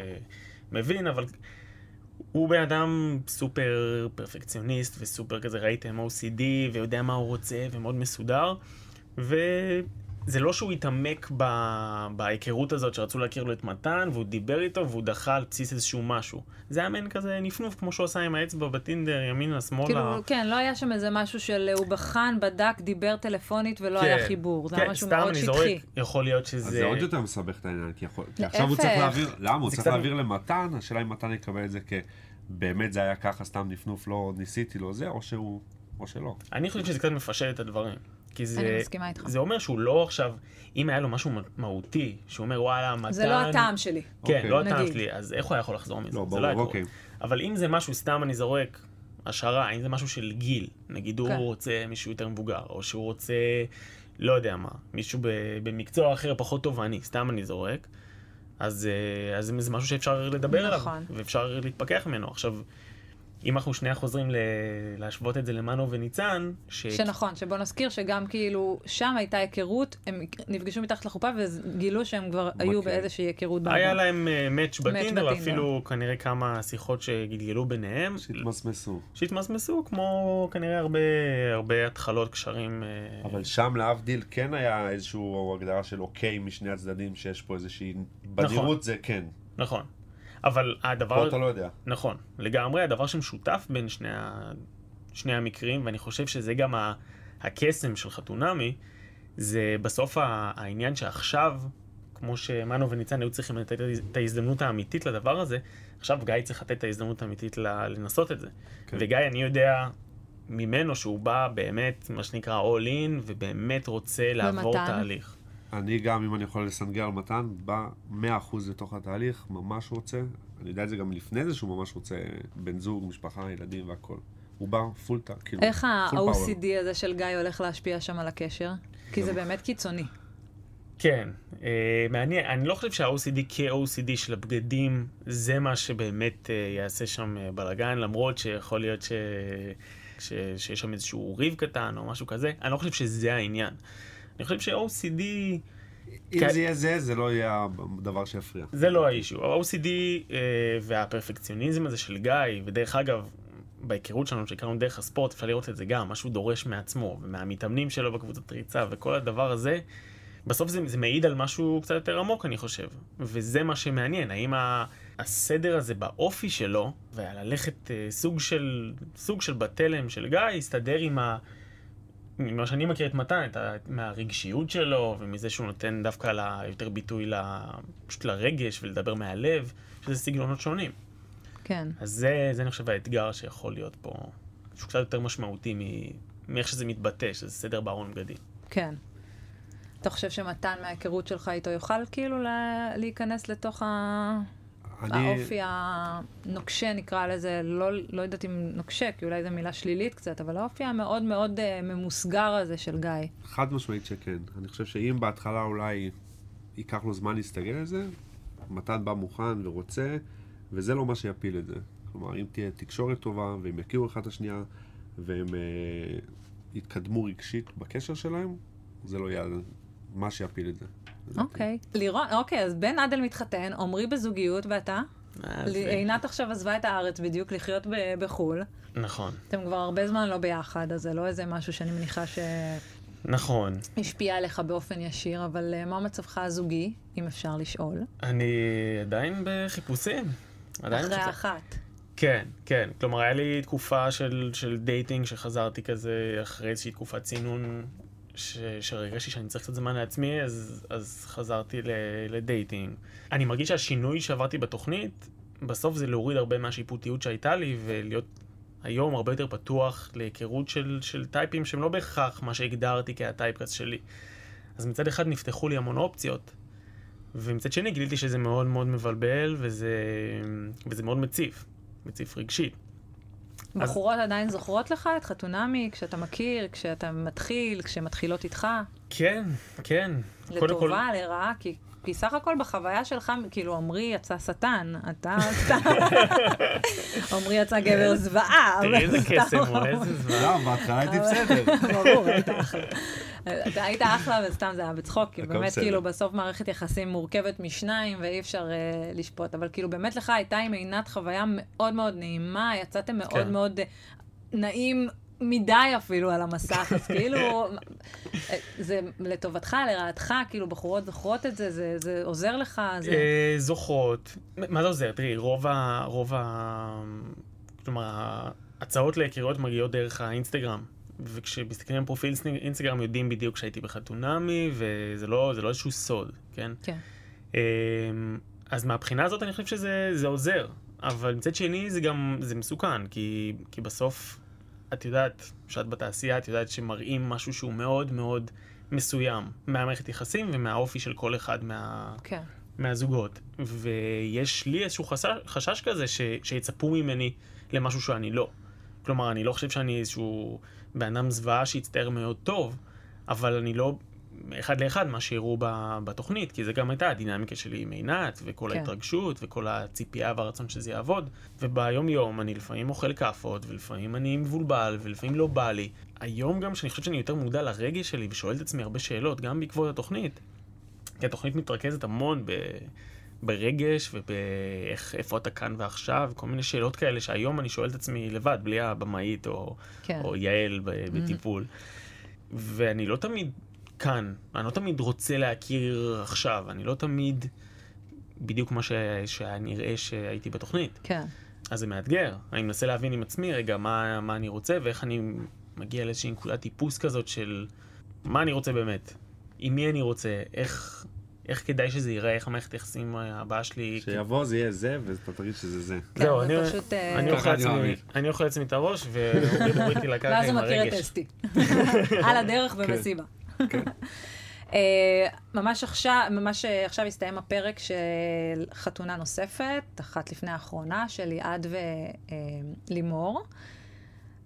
S5: מבין, אבל הוא בן אדם סופר פרפקציוניסט וסופר כזה, ראיתם OCD ויודע מה הוא רוצה ומאוד מסודר, וזה לא שהוא התעמק ב... בהיכרות הזאת שרצו להכיר לו את מתן, והוא דיבר איתו והוא דחה על בסיס איזשהו משהו. זה היה מעין כזה נפנוף כמו שהוא עשה עם האצבע בטינדר, ימינה, שמאלה.
S1: כאילו, כן, לא היה שם איזה משהו של אה, הוא בחן, בדק, דיבר טלפונית ולא
S5: כן,
S1: היה חיבור. זה היה
S5: כן,
S1: משהו
S5: סתם
S1: מאוד
S5: אני
S1: שטחי.
S5: זורק, יכול להיות שזה...
S4: אז זה עוד יותר מסבך את העניין, כי יכול- כי עכשיו הוא
S1: להפך.
S4: צריך להעביר, למה? הוא
S5: זה
S4: צריך
S5: קצת-
S4: להעביר למתן, השאלה אם מתן יקבל את זה כ... באמת זה היה ככה, סתם נפנוף, לא ניסיתי לו זה, או שהוא... או שלא.
S5: אני חושב שזה קצת מפשט את הדברים. כי זה...
S1: אני מסכימה איתך.
S5: זה אומר שהוא לא עכשיו, אם היה לו משהו מה- מהותי, שהוא אומר וואלה, מתן...
S1: זה לא הטעם שלי.
S5: כן,
S4: אוקיי.
S5: לא הטעם
S1: נגיד.
S5: שלי, אז איך הוא היה יכול לחזור מזה?
S4: לא,
S5: זה
S4: ברור,
S5: היה קורה.
S4: אוקיי.
S5: אבל אם זה משהו, סתם אני זורק, השערה, אם זה משהו של גיל, נגיד הוא
S1: כן.
S5: רוצה מישהו יותר מבוגר, או שהוא רוצה, לא יודע מה, מישהו ב- במקצוע אחר פחות תובעני, סתם אני זורק, אז, אה, אז זה משהו שאפשר לדבר עליו,
S1: נכון.
S5: ואפשר להתפכח ממנו. עכשיו, אם אנחנו שנייה חוזרים ל... להשוות את זה למנו וניצן, ש...
S1: שנכון, שבוא נזכיר שגם כאילו, שם הייתה היכרות, הם נפגשו מתחת לחופה וגילו שהם כבר היו
S4: מכירים.
S1: באיזושהי היכרות בעבר.
S5: היה להם אה, מאץ' בטינדר,
S1: בטינדר.
S5: אפילו כנראה כמה שיחות שגלגלו ביניהם,
S4: שהתמסמסו.
S5: שהתמסמסו כמו כנראה הרבה, הרבה התחלות קשרים. אה,
S4: אבל שם להבדיל כן היה איזושהי הגדרה של אוקיי משני הצדדים, שיש פה איזושהי... בדירות זה כן.
S5: נכון. אבל הדבר...
S4: פה אתה לא יודע.
S5: נכון, לגמרי, הדבר שמשותף בין שני, ה... שני המקרים, ואני חושב שזה גם ה... הקסם של חתונמי, זה בסוף ה... העניין שעכשיו, כמו שמנו וניצן היו צריכים לתת את ההזדמנות האמיתית לדבר הזה, עכשיו גיא צריך לתת את ההזדמנות האמיתית ל... לנסות את זה.
S4: כן.
S5: כן. וגיא, אני יודע ממנו שהוא בא באמת, מה שנקרא all in, ובאמת רוצה לעבור
S1: ומתן?
S5: תהליך.
S4: אני גם, אם אני יכול לסנגר על מתן, בא 100% לתוך התהליך, ממש רוצה. אני יודע את זה גם לפני זה שהוא ממש רוצה בן זוג, משפחה, ילדים והכול. הוא בא פול טה, כאילו,
S1: איך
S4: full power.
S1: ה-OCD הזה של גיא הולך להשפיע שם על הקשר? כי זה באמת קיצוני.
S5: כן, אה, מעניין, אני לא חושב שה-OCD כ-OCD של הבגדים, זה מה שבאמת אה, יעשה שם אה, בלאגן, למרות שיכול להיות ש... ש... שיש שם איזשהו ריב קטן או משהו כזה, אני לא חושב שזה העניין. אני חושב ש-OCD
S4: אם
S5: כן.
S4: זה יהיה זה, זה לא יהיה הדבר שיפריע.
S5: זה לא האישו. ה-OCD אה, והפרפקציוניזם הזה של גיא, ודרך אגב, בהיכרות שלנו שהכרנו דרך הספורט, אפשר לראות את זה גם, מה שהוא דורש מעצמו, ומהמתאמנים שלו בקבוצת ריצה, וכל הדבר הזה, בסוף זה, זה מעיד על משהו קצת יותר עמוק, אני חושב. וזה מה שמעניין, האם ה, הסדר הזה באופי שלו, והללכת אה, סוג של, סוג של בתלם של גיא, הסתדר עם ה... ממה שאני מכיר את מתן, את ה... מהרגשיות שלו, ומזה שהוא נותן דווקא ל... יותר ביטוי ל... פשוט לרגש ולדבר מהלב, שזה סגנונות שונים.
S1: כן.
S5: אז זה, זה אני חושב האתגר שיכול להיות פה, שהוא קצת יותר משמעותי מ... מאיך שזה מתבטא, שזה סדר בארון בגדים.
S1: כן. אתה חושב שמתן מההיכרות שלך איתו יוכל כאילו לה- להיכנס לתוך ה...
S4: אני,
S1: האופי הנוקשה נקרא לזה, לא, לא יודעת אם נוקשה, כי אולי זו מילה שלילית קצת, אבל האופי המאוד מאוד אה, ממוסגר הזה של גיא.
S4: חד משמעית שכן. אני חושב שאם בהתחלה אולי ייקח לו זמן להסתגל לזה, מתן בא מוכן ורוצה, וזה לא מה שיפיל את זה. כלומר, אם תהיה תקשורת טובה, והם יכירו אחד את השנייה, והם אה, יתקדמו רגשית בקשר שלהם, זה לא יהיה מה שיפיל את זה.
S1: אוקיי. לירון, אוקיי, אז בן עדל מתחתן, עמרי בזוגיות, ואתה?
S5: אז,
S1: ל-
S5: אה,
S1: עינת עכשיו עזבה את הארץ בדיוק לחיות ב- בחו"ל.
S5: נכון,
S1: אתם כבר הרבה זמן לא ביחד, אז זה לא איזה משהו שאני מניחה שהשפיע
S5: נכון.
S1: עליך באופן ישיר, אבל אה, מה מצבך הזוגי, אם אפשר לשאול?
S5: אני עדיין בחיפושים. עדיין
S1: אחרי
S5: בחיפושים.
S1: האחת.
S5: כן, כן. כלומר, היה לי תקופה של, של דייטינג שחזרתי כזה אחרי איזושהי תקופת צינון, ש, שהרגשתי שאני צריך קצת זמן לעצמי, אז, אז חזרתי ל, לדייטינג. אני מרגיש שהשינוי שעברתי בתוכנית, בסוף זה להוריד הרבה מהשיפוטיות שהייתה לי, ולהיות היום הרבה יותר פתוח להיכרות של, של טייפים שהם לא בהכרח מה שהגדרתי כהטייפקאסט שלי. אז מצד אחד נפתחו לי המון אופציות, ומצד שני גיליתי שזה מאוד מאוד מבלבל, וזה, וזה מאוד מציף, מציף רגשית. אז-
S1: בחורות עדיין זוכרות לך את חתונמי, כשאתה מכיר, כשאתה מתחיל, כשמתחילות איתך?
S5: כן, כן. קודם כל-
S1: לטובה, לרעה, כי... כי סך הכל בחוויה שלך, כאילו, עמרי יצא שטן, אתה אתה... עמרי יצא גבר זוועה. אבל
S5: תראי איזה
S1: סתם,
S5: קסם, או איזה זמן.
S4: לא, בהתחלה הייתי בסדר.
S1: ברור, היית אחלה. אתה היית אחלה, וסתם זה היה בצחוק, כי
S4: הכל
S1: באמת,
S4: בסדר.
S1: כאילו, בסוף מערכת יחסים מורכבת משניים, ואי אפשר אה, לשפוט. אבל כאילו, באמת לך הייתה עם עינת חוויה מאוד מאוד נעימה, יצאתם מאוד
S5: כן.
S1: מאוד אה, נעים מדי אפילו על המסך, אז כאילו, אה, זה לטובתך, לרעתך, כאילו, בחורות זוכרות את זה, זה, זה עוזר לך, זה...
S5: אה, זוכרות. מה זה עוזר? תראי, רוב ה... רוב ה... כלומר, ההצעות להיכרויות מגיעות דרך האינסטגרם. וכשמסתכלים על פרופיל אינסטגרם יודעים בדיוק שהייתי בחתונמי, וזה לא, זה לא איזשהו סוד, כן?
S1: כן.
S5: אמ, אז מהבחינה הזאת אני חושב שזה זה עוזר, אבל מצד שני זה גם, זה מסוכן, כי, כי בסוף את יודעת, שאת בתעשייה, את יודעת שמראים משהו שהוא מאוד מאוד מסוים מהמערכת יחסים ומהאופי של כל אחד מה,
S1: כן.
S5: מהזוגות. ויש לי איזשהו חשש, חשש כזה ש, שיצפו ממני למשהו שאני לא. כלומר, אני לא חושב שאני איזשהו בן אדם זוועה שהצטער מאוד טוב, אבל אני לא אחד לאחד מה שהראו ב- בתוכנית, כי זה גם הייתה הדינמיקה שלי עם עינת, וכל
S1: כן.
S5: כן. ההתרגשות, וכל הציפייה והרצון שזה יעבוד. וביום יום אני לפעמים אוכל כאפות, ולפעמים אני מבולבל, ולפעמים לא בא לי. היום גם שאני חושב שאני יותר מודע לרגש שלי, ושואל את עצמי הרבה שאלות, גם בעקבות התוכנית. כי התוכנית מתרכזת המון ב... ברגש ואיפה אתה כאן ועכשיו, כל מיני שאלות כאלה שהיום אני שואל את עצמי לבד, בלי הבמאית או,
S1: כן.
S5: או יעל ב- בטיפול. ואני לא תמיד כאן, אני לא תמיד רוצה להכיר עכשיו, אני לא תמיד בדיוק מה ש... שנראה שהייתי בתוכנית.
S1: כן.
S5: אז זה מאתגר. אני מנסה להבין עם עצמי רגע מה, מה אני רוצה ואיך אני מגיע לאיזושהי נקודת טיפוס כזאת של מה אני רוצה באמת, עם מי אני רוצה, איך, איך כדאי שזה ייראה, איך המערכת היחסים הבאה שלי.
S4: שיבוא זה יהיה זה, ואתה תגיד שזה זה.
S1: כן,
S5: זהו,
S1: זה
S5: אני,
S1: פשוט, אה,
S5: אני, אוכל
S4: ככה אני
S5: לעצמי-
S4: מאמין.
S5: אני אוכל לעצמי את הראש ואומרים אותי לקרקע
S1: ואז
S5: עם
S1: הוא מכיר את
S5: הרגש.
S1: אסתי. על הדרך ובסיבה.
S4: כן.
S1: אה, ממש עכשיו, ממש אה, עכשיו הסתיים הפרק של חתונה נוספת, אחת לפני האחרונה, של ליעד אה, ולימור.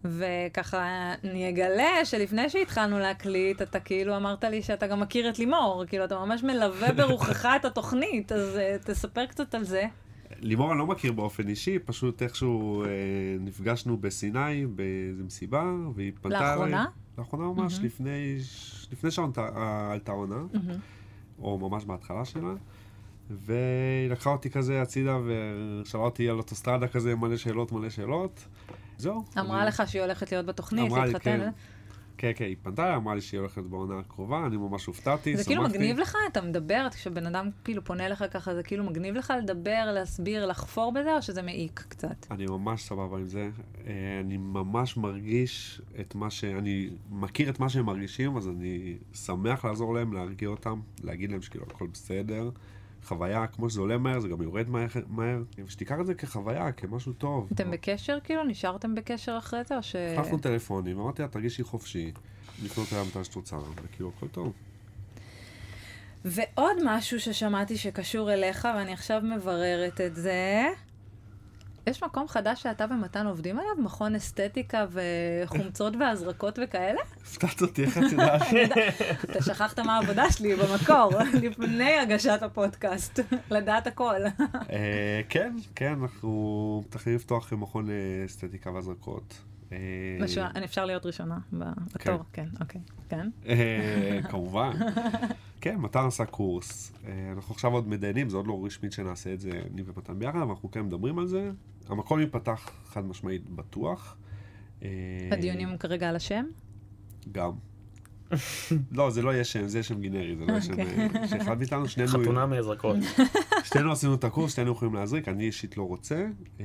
S1: וככה אני אגלה שלפני שהתחלנו להקליט, אתה כאילו אמרת לי שאתה גם מכיר את לימור, כאילו אתה ממש מלווה ברוחך את התוכנית, אז אה, תספר קצת על זה.
S4: לימור אני לא מכיר באופן אישי, פשוט איכשהו אה, נפגשנו בסיני באיזה מסיבה, והיא פנתה... אליי-
S1: לאחרונה? Mhm.
S4: לאחרונה ממש, לפני ש- לפני שעלתה עונה, או ממש בהתחלה שלה. והיא לקחה אותי כזה הצידה ושאלה אותי על אוטוסטרדה כזה, מלא שאלות, מלא שאלות. זהו.
S1: אמרה
S4: אני-
S1: לך שהיא הולכת להיות בתוכנית,
S4: אמרה לי,
S1: להתחתן.
S4: כן. כן, כן, היא פנתה, אליי, אמרה לי שהיא הולכת בעונה הקרובה, אני ממש הופתעתי,
S1: זה כאילו
S4: שמחתי.
S1: מגניב לך, אתה מדבר, כשבן אדם כאילו פונה לך ככה, זה כאילו מגניב לך לדבר, להסביר, לחפור בזה, או שזה מעיק קצת?
S4: אני ממש סבבה עם זה. אה, אני ממש מרגיש את מה ש... אני מכיר את מה שהם מרגישים, אז אני שמח לעזור להם, להרגיע אותם, להגיד להם שכאילו הכל בסדר. חוויה, כמו שזה עולה מהר, זה גם יורד מהר, מהר. ושתיקח את זה כחוויה, כמשהו טוב.
S1: אתם בקשר כאילו? נשארתם בקשר אחרי זה, או ש...
S4: החלפנו טלפונים, אמרתי לה, תרגישי חופשי, לפנות אליי מתי שאת רוצה, וכאילו הכל טוב.
S1: ועוד משהו ששמעתי שקשור אליך, ואני עכשיו מבררת את זה. יש מקום חדש שאתה ומתן עובדים עליו? מכון אסתטיקה וחומצות והזרקות וכאלה?
S4: הפתעת אותי, איך את יודעת?
S1: אתה שכחת מה העבודה שלי במקור, לפני הגשת הפודקאסט, לדעת הכל.
S4: אה, כן, כן, אנחנו מתכננים לפתוח מכון אה, אסתטיקה והזרקות. אה,
S1: משוע- אפשר להיות ראשונה ב- בתור, כן, אוקיי, כן.
S4: אה, כמובן. כן, מתן עשה קורס. אה, אנחנו עכשיו עוד מדיינים, זה עוד לא רשמית שנעשה את זה, אני ומתן ביחד, אבל אנחנו כן מדברים על זה. המקום ייפתח חד משמעית בטוח. אה,
S1: הדיונים הם כרגע על השם?
S4: גם. לא, זה לא יהיה שם, זה יהיה שם גנרי, זה לא יהיה שם... אה, שאחד מאיתנו, שנינו...
S5: חתונה מהזרקות.
S4: שנינו עשינו את הקורס, שנינו יכולים להזריק, אני אישית לא רוצה, אה,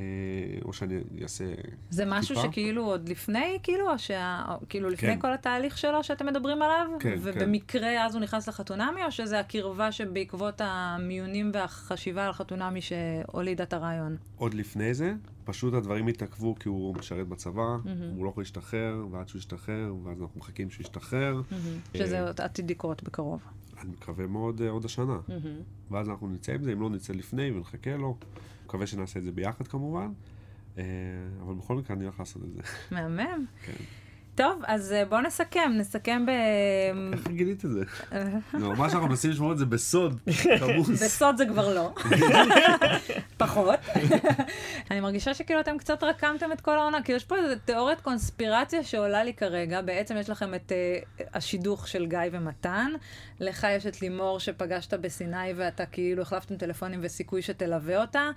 S4: או שאני אעשה...
S1: זה משהו
S4: טיפה.
S1: שכאילו עוד לפני, כאילו, או שה... או כאילו לפני
S4: כן.
S1: כל התהליך שלו שאתם מדברים עליו?
S4: כן,
S1: ובמקרה אז הוא נכנס לחתונמי, או שזה הקרבה שבעקבות המיונים והחשיבה על חתונמי שהולידה את הרעיון?
S4: עוד לפני זה, פשוט הדברים התעכבו כי הוא משרת בצבא, הוא לא יכול להשתחרר, ועד שהוא ישתחרר, ואז אנחנו מחכים שהוא ישתחרר. אה,
S5: אה.
S1: שזה עוד עתיד לקרות בקרוב.
S4: אני מקווה מאוד אה, עוד השנה. ואז אנחנו נצא עם זה, אם לא נצא לפני ונחכה לו. מקווה שנעשה את זה ביחד כמובן, אה, אבל בכל מקרה אני הולך לעשות את זה.
S1: מהמם.
S4: כן.
S1: טוב, אז אה, בואו נסכם, נסכם ב...
S4: איך גילית את זה? זה ממש אנחנו מנסים לשמור את זה בסוד, כמוס.
S1: בסוד זה כבר לא. פחות. אני מרגישה שכאילו אתם קצת רקמתם את כל העונה, כאילו יש פה איזו תיאוריית קונספירציה שעולה לי כרגע. בעצם יש לכם את uh, השידוך של גיא ומתן, לך יש את לימור שפגשת בסיני ואתה כאילו החלפתם טלפונים וסיכוי שתלווה אותה,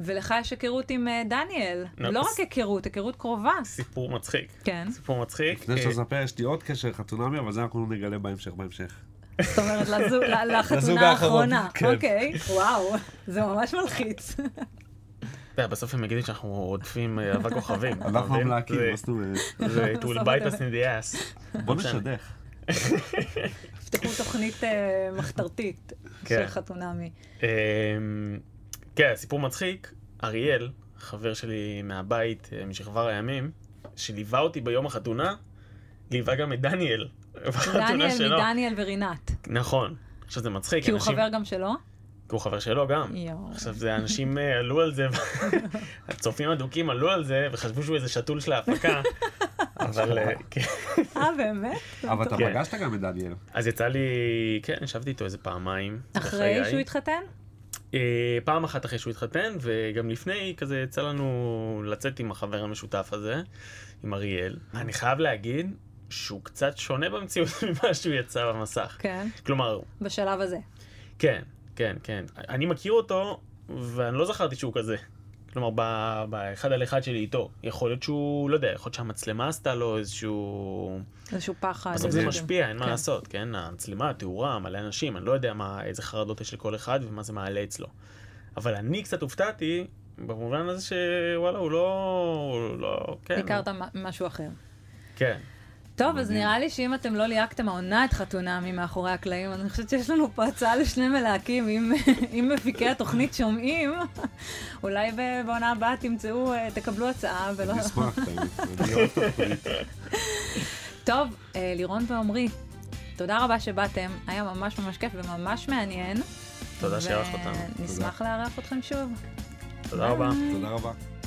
S1: ולך יש היכרות עם uh, דניאל.
S5: נו,
S1: לא
S5: אז-
S1: רק היכרות, היכרות קרובה.
S5: סיפור מצחיק.
S1: כן.
S5: סיפור מצחיק.
S4: לפני
S5: אה,
S4: שאתה מספר, יש לי עוד קשר חתונמי, אבל זה אנחנו נגלה בהמשך, בהמשך.
S1: זאת אומרת, לזו- ל-
S4: לזוג
S1: לחתונה
S4: האחרון,
S1: האחרונה.
S4: כן.
S1: אוקיי, וואו, זה ממש מלחיץ.
S5: אתה יודע, אה, בסוף הם יגידו שאנחנו רודפים אה, אבק כוכבים. אתה
S4: אנחנו
S5: מבין?
S4: המלהקים,
S5: זה-
S4: מה זאת אומרת?
S5: זה it will bite us in the ass.
S4: בוא
S5: משנה.
S4: נשדך.
S1: תפתחו תוכנית אה, מחתרתית של
S5: כן.
S1: חתונמי.
S5: אמ, כן, סיפור מצחיק, אריאל, חבר שלי מהבית, אה, משכבר הימים, שליווה אותי ביום החתונה, ליווה גם את דניאל. בחתונה
S1: דניאל
S5: שלו.
S1: מדניאל ורינת.
S5: נכון. עכשיו זה מצחיק,
S1: כי הוא
S5: אנשים-
S1: חבר גם שלו?
S5: כי הוא חבר שלו גם.
S1: יואו.
S5: עכשיו זה אנשים אה, עלו על זה, הצופים הדוקים עלו על זה וחשבו שהוא איזה שתול של ההפקה, אבל אה, כן.
S1: אה, באמת?
S4: אבל אתה
S5: כן.
S4: פגשת גם את דניאל.
S5: אז יצא לי, כן, ישבתי איתו איזה פעמיים.
S1: אחרי
S5: בחיי.
S1: שהוא התחתן?
S5: אה, פעם אחת אחרי שהוא התחתן, וגם לפני, כזה יצא לנו לצאת עם החבר המשותף הזה, עם אריאל. אני חייב להגיד שהוא קצת שונה במציאות ממה שהוא יצא במסך.
S1: כן.
S5: כלומר,
S1: בשלב הזה.
S5: כן, כן, כן. אני מכיר אותו, ואני לא זכרתי שהוא כזה. כלומר, ב- באחד על אחד שלי איתו, יכול להיות שהוא, לא יודע, יכול להיות שהמצלמה עשתה לו איזשהו...
S1: איזשהו פחד.
S5: בסוף זה
S1: איזשהו-
S5: משפיע, אין מה
S1: כן.
S5: לעשות, כן? המצלמה, התאורה, מלא אנשים, אני לא יודע מה, איזה חרדות יש לכל אחד ומה זה מעלה אצלו. אבל אני קצת הופתעתי, במובן הזה שוואלה, הוא לא... הוא לא... כן.
S1: הכרת מ- משהו אחר.
S5: כן.
S1: טוב, אז נראה לי שאם אתם לא ליהקתם העונה את חתונמי מאחורי הקלעים, אז אני חושבת שיש לנו פה הצעה לשני מלהקים. אם, אם מפיקי התוכנית שומעים, אולי ב- בעונה הבאה תמצאו, אה, תקבלו הצעה ולא...
S4: אני אשמח, תאמין. אני אוהב את התוכנית.
S1: טוב, אה, לירון ועמרי, תודה רבה שבאתם, היה ממש ממש כיף וממש מעניין.
S5: תודה שאירחת אותנו.
S1: ונשמח לארח אתכם שוב.
S5: תודה רבה.
S4: תודה רבה.